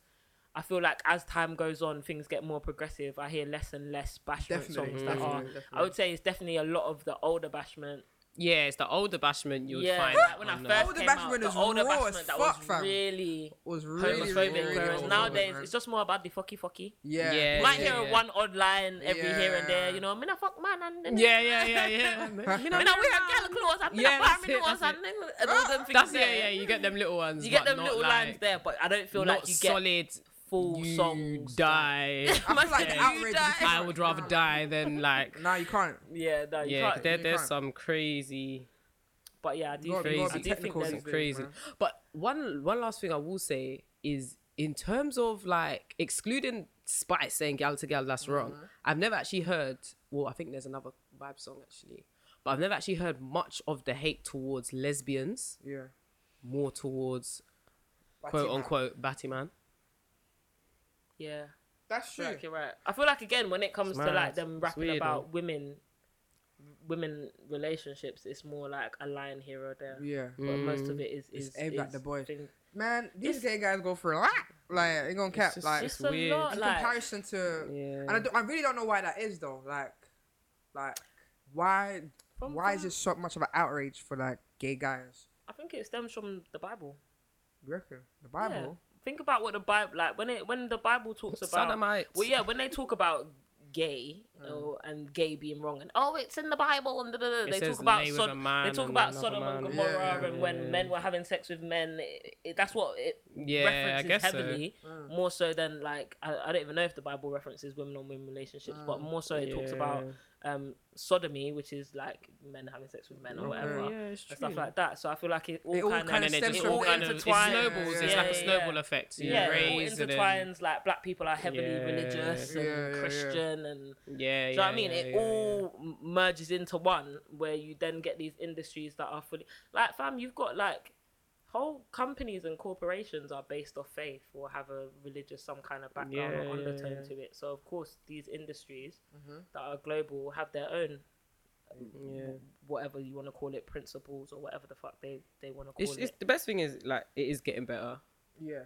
I feel like as time goes on, things get more progressive. I hear less and less bashment Definitely, songs that are. definitely, uh, I definitely. would say it's definitely a lot of the older bashment. yeah, it's the older bashment you would yeah, find. like when I on, uh, first Older came bashment out, the is older raw as bashment that fuck, was fam. really was really, homophobic. really whereas old, nowadays man. it's just more about the fucky fucky. yeah. Yeah. might hear yeah. one odd line every here and there, Yeah. you know. Mina fuck man and then- yeah, yeah, yeah, yeah. You know, Mina wear a girl clothes and mina Yeah, buy that's me it, ones that's and then and Ah, all them things. that's yeah, there. yeah. You get them little ones. You get but them not little like, lines there, but I don't feel not like you get solid. full you songs. die. I feel like Yeah. the outrage. is I I different. would rather die than like. Nah, you can't. Yeah, no, you Yeah, 'cause can't. there, you there's can't. some crazy But yeah, I do You gotta be- think, you I gotta be do think technical there's these It's days, crazy. man. But one one last thing I will say is in terms of like excluding Spice saying gal to gal that's wrong. I've never actually heard. Well, I think there's another vibe song actually, but I've never actually heard much of the hate towards lesbians, Yeah. more towards But quote you know, unquote batty man. yeah, That's I feel true. like you're right. I feel like again when it comes It's to like mad. them It's rapping weird, about women, women relationships, it's more like a line here or there. Yeah. But most of it is is, Mm. It's aimed at is the boys. thing- man, these gay guys go for a lot. Like, ain't gonna cap. just- Like, It's It's a weird. lot. in Like, comparison to, and I, Yeah. don't- I really don't know why that is though. Like, like why From- why from- is this so much of an outrage for like gay guys? I think it stems from the Bible. You reckon the Yeah. Bible? Think about what the Bible like when it when the Bible talks about Sodomites. Well, yeah, when they talk about gay Hmm. oh, and gay being wrong and oh, it's in the Bible and da, da, da, It they says talk about lay with Sod- a man they talk and about another Sodom and man. Gomorrah Yeah. and when men were having sex with men. It, it, that's what it Yeah, I references guess so. heavily Mm. more so than like I, I don't even know if the Bible references women on women relationships, Mm. but more so it talks about um sodomy, which is like men having sex with Mm-hmm. men or whatever. yeah, it's And stuff true. like that. So I feel like it all, It all kind kinda and then it stems just from all the kind of it intertwine. snowballs. It's Yeah, like a yeah, snowball yeah. effect. You yeah, it all raise and then, intertwines. Like black people are heavily Yeah. religious and Yeah, yeah, yeah. Christian, and yeah, do yeah. you know what I mean? yeah, it yeah, all m- merges into one, where you then get these industries that are fully like fam. You've got like whole companies and corporations are based off faith or have a religious some kind of background Yeah, or yeah, undertone yeah. Mm-hmm. to it. So of course, these industries that are global have their own yeah. Yeah. whatever you want to call it principles or whatever the fuck they they want to call It's, it. it's the best thing is like it is getting better. Yeah.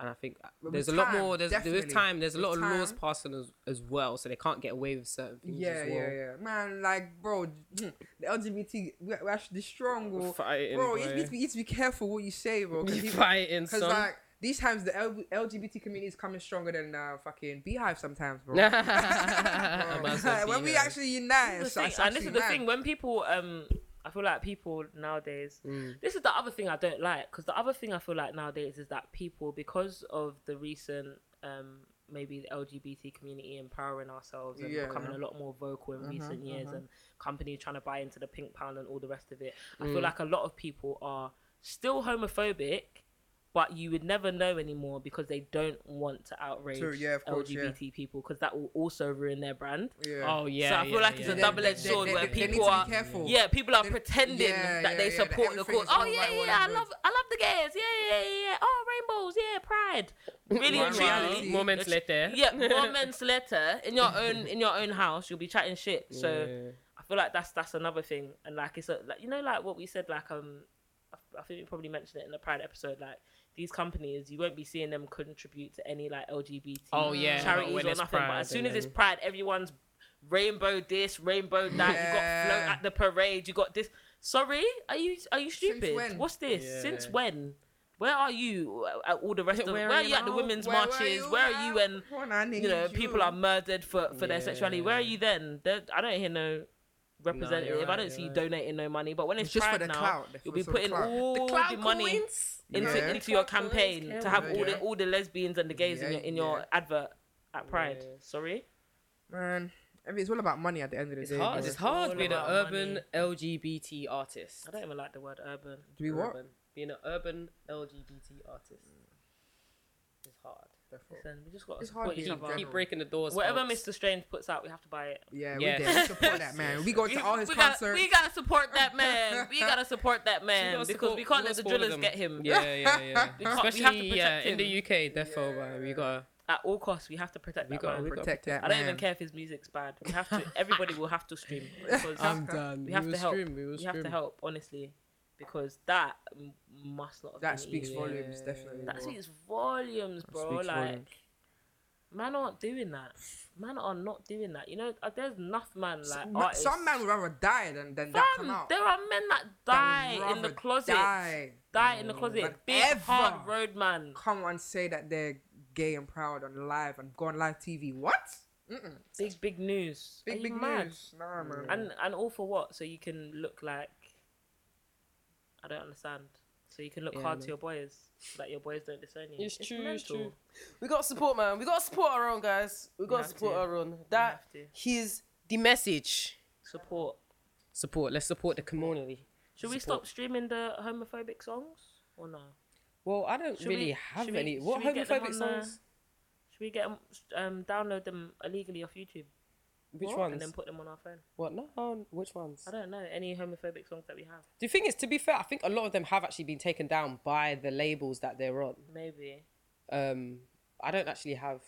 and I think But there's a with lot time, more. There's with definitely. time. There's a lot With of laws time. passed on as, as well, so they can't get away with certain things. Yeah, as well. yeah, yeah, man. Like, bro, the LGBT, we we actually the strong, bro. Fighting, bro, you boy. need, to be, you need to be careful what you say, bro. You Because fighting, son. like these times the L- LGBT community is coming stronger than uh, fucking beehive sometimes, bro. Bro, Might as well like, when be we her. actually unite, This is it's the thing, it's and this actually is the mad. thing when people um i feel like people nowadays Mm, this is the other thing i don't like because the other thing i feel like nowadays is that people because of the recent um maybe the lgbt community empowering ourselves and Yeah. Mm-hmm, becoming a lot more vocal in recent years and companies trying to buy into the pink pound and all the rest of it i mm. Mm. feel like a lot of people are still homophobic but you would never know anymore because they don't want to outrage True, yeah, of course, yeah. LGBT people because that will also ruin their brand. Yeah. Oh yeah. So I feel yeah, like it's yeah. a double-edged They- they- sword they- where they need people to be are, careful. yeah, people are They- pretending Yeah, that yeah, they yeah, that support the cause. everything is Oh one yeah, white, one yeah, I good. love, I love the gays. Yeah, yeah, yeah, yeah. Oh rainbows, yeah, pride. Really One and truly, reality. Moments later. yeah, moments later in your own in your own house, you'll be chatting shit. So I feel like that's that's another thing, and like it's a, like you know like what we said like um I, I think we probably mentioned it in the Pride episode like these companies you won't be seeing them contribute to any like LGBT Oh, yeah, not Mm. charities when or it's nothing. But Pride as soon as and it's then- Pride, everyone's rainbow this, rainbow that. You got float Yeah. at the parade. You got this. Sorry, are you are you stupid? when? What's this? Yeah. Since when? Where are you at all the rest of? Where Where, are are you you at the now? women's Where were marches? Where are you when Come on, I need you know people are murdered for for their Yeah. sexuality? Where are you then? They're, I don't hear no representative. you're I right, don't see you're you right. donating no money. But when it's, It's just for Pride the now, clout. It's you'll be for the putting clout. all the, money into Yeah. into your campaign to have all Yeah. the all the lesbians and the gays in Yeah, your in your yeah. advert at Pride. Yeah. Sorry. man. I mean, it's all about money at the end of the It's day. hard. bro. It's hard all being an about urban money. LGBT artist. I don't even like the word urban. Do we what? Urban. Being an urban LGBT artist is hard. Listen, we just got to It's hard support each being other. general. Keep breaking the doors. Whatever folks. Mr. Strange puts out, we have to buy it. Yeah, Yes. we did. We support that man. We go We, to all his we concerts. gotta, we gotta support that man. We gotta support that We man gotta because support- we can't gotta let the support drillers them. get him. Yeah, yeah, yeah. We can't- we have to Especially yeah, protect in the him. UK, defo, man. We got At all costs, we have to protect We that gotta- man. we gotta- protect that I man. don't even care if his music's bad. We have to. Everybody will have to stream because done. we have to help. we have to help, honestly, because that m- must not. Have That been speaks easy. volumes, definitely. That bro. speaks volumes, bro. speaks like, volumes. man aren't doing that. Man are not doing that. You know, uh, there's enough man like Some- artists. Some man would rather die than, than that come Fam, out. There are men that Than die in the rather closet. Die, Die. in the closet. Like, Big ever. hard road man. Come and say that they're gay and proud on live and go on live TV. What? Mm-mm. Big big news. Are Big you big mad? Mm. news. Nah, man. And and all for what? So you can look like I don't understand. So you can look Yeah, hard man. to your boys, like your boys don't disown you. It's true, it's mental. true. We got to support, man. We got to support our own guys. We got to have support to. our own. That have to. is the message. Support. Support. Let's support the community. Should we Support. stop streaming the homophobic songs or no? Well, I don't Should really we- have should we- any. What should we get them homophobic on the- songs? Should we get 'em- um download them illegally off YouTube Which What? ones? and then put them on our phone? What? No. um, Which ones? I don't know any homophobic songs that we have. The thing is, to be fair, I think a lot of them have actually been taken down by the labels that they're on. Maybe. Um, I don't actually have.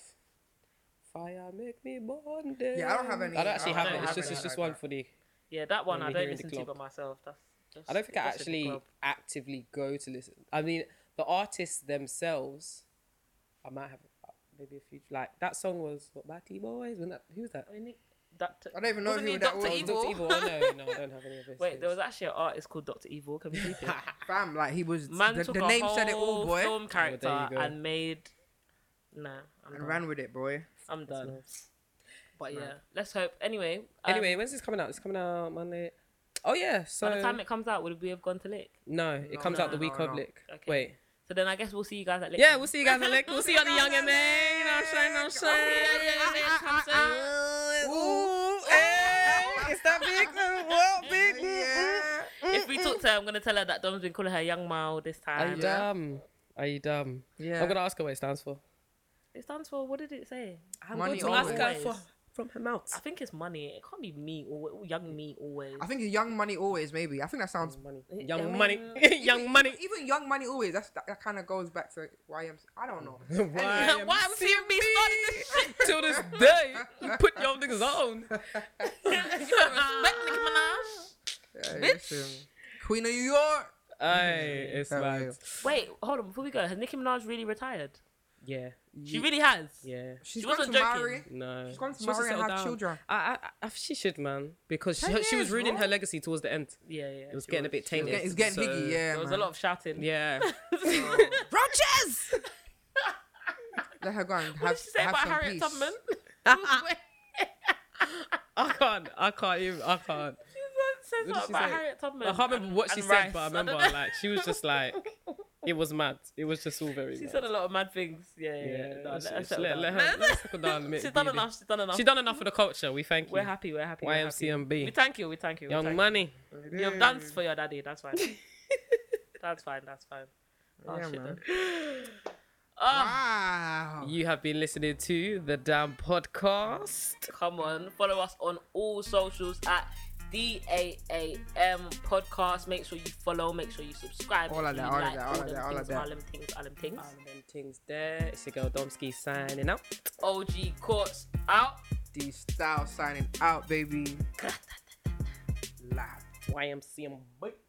Fire make me bond. Yeah, I don't have any- I don't actually I have don't it. It's have just any it's just like one that. for the. Yeah, that one When I we don't hear in the listen to by club. myself. That's, that's I don't think I that's in the actually club. actively go to listen. I mean, the artists themselves, I might have uh, maybe a few. Like that song was what Batty Boys. When that who was that? Doctor, I don't even know Wasn't who he that Dr. was. Evil? Dr. Evil. Oh, no, no, I don't have any of this. Wait, there was actually an artist called Doctor Evil. Can we keep it? Fam, like he was. Man the took the a name whole said it all, boy. film character Oh, go. and made. Nah, I'm And done. ran with it, boy. I'm done. But yeah, let's hope. Anyway, um, anyway, when's this coming out? It's coming out Monday. Oh yeah, so by the time it comes out, would we have gone to Lick? no, it No, comes out the no, week no, of no. Lick. Okay. Wait. So then I guess we'll see you guys at Lick. Yeah, we'll see you guys at Lick. We'll see you on the Young and May. You know what I'm saying? You know what I'm yeah, saying? yeah, yeah, come Ah, soon. Ooh, hey, it's eh. that big, uh, what, big, Yeah. If we talk to her, I'm gonna tell her that Dom's been calling her Young Mao this Are you time. Yeah. dumb? Are you dumb? Yeah. I'm gonna ask her what it stands for. It stands for what did it say? I'm Money going to ask her always. for from her I mouth. think it's money. It can't be me or young me always. I think young money always. Maybe I think that sounds. Money. I Young mean- money. Young money. Even young money always. That's that, that kind of goes back to YMC. I don't know. Why? Why was he and me starting this shit? Till this day, you put your niggas on. you better respect Nicki Minaj. Yeah, listen. Queen of New York. Aye, it's Hell mad. yeah. Wait, hold on. Before we go, has Nicki Minaj really retired? Yeah, She really has. yeah. She's She gone wasn't to joking. marry. No. She's gone to She wants marry and settle have children. I, I, I, she should, man, because she, Ten she was years, ruining bro. her legacy towards the end. yeah, yeah. It was getting a bit tainted. It's getting so- higgy. Yeah, There was man. a lot of shouting. Yeah. roaches. Let her go and What Oh, have, did she say have about some Harriet peace. Tubman? I can't. I can't even. I can't. Says did something she about say? Harriet Tubman. I can't remember and- what she and said, rice. but I don't remember know. like she was just like, it was mad. It was just all very. She mad. said a lot of mad things. Yeah, yeah. Yeah, yeah. No, she- let her she settle let- down. let her- let her settle down a bit, She's done baby. enough. She's done enough. She done enough for the culture. We thank you. We're happy. We're happy. we're happy. We YMCMB. thank you. We thank you. we Young thank money. you. You've danced for your daddy. That's fine. that's fine. That's fine. Oh Yeah, shit. man. then. Oh, Wow. You have been listening to the damn podcast. come on. Follow us on all socials at DAAM podcast. Make sure you follow. Make sure you subscribe. All of make sure that, you all of like that, all them of that, all things, of that. all them things. All them things. them things there. It's your girl Domsky signing out. OG courts out. D Style signing out, baby. Live. YMCMB.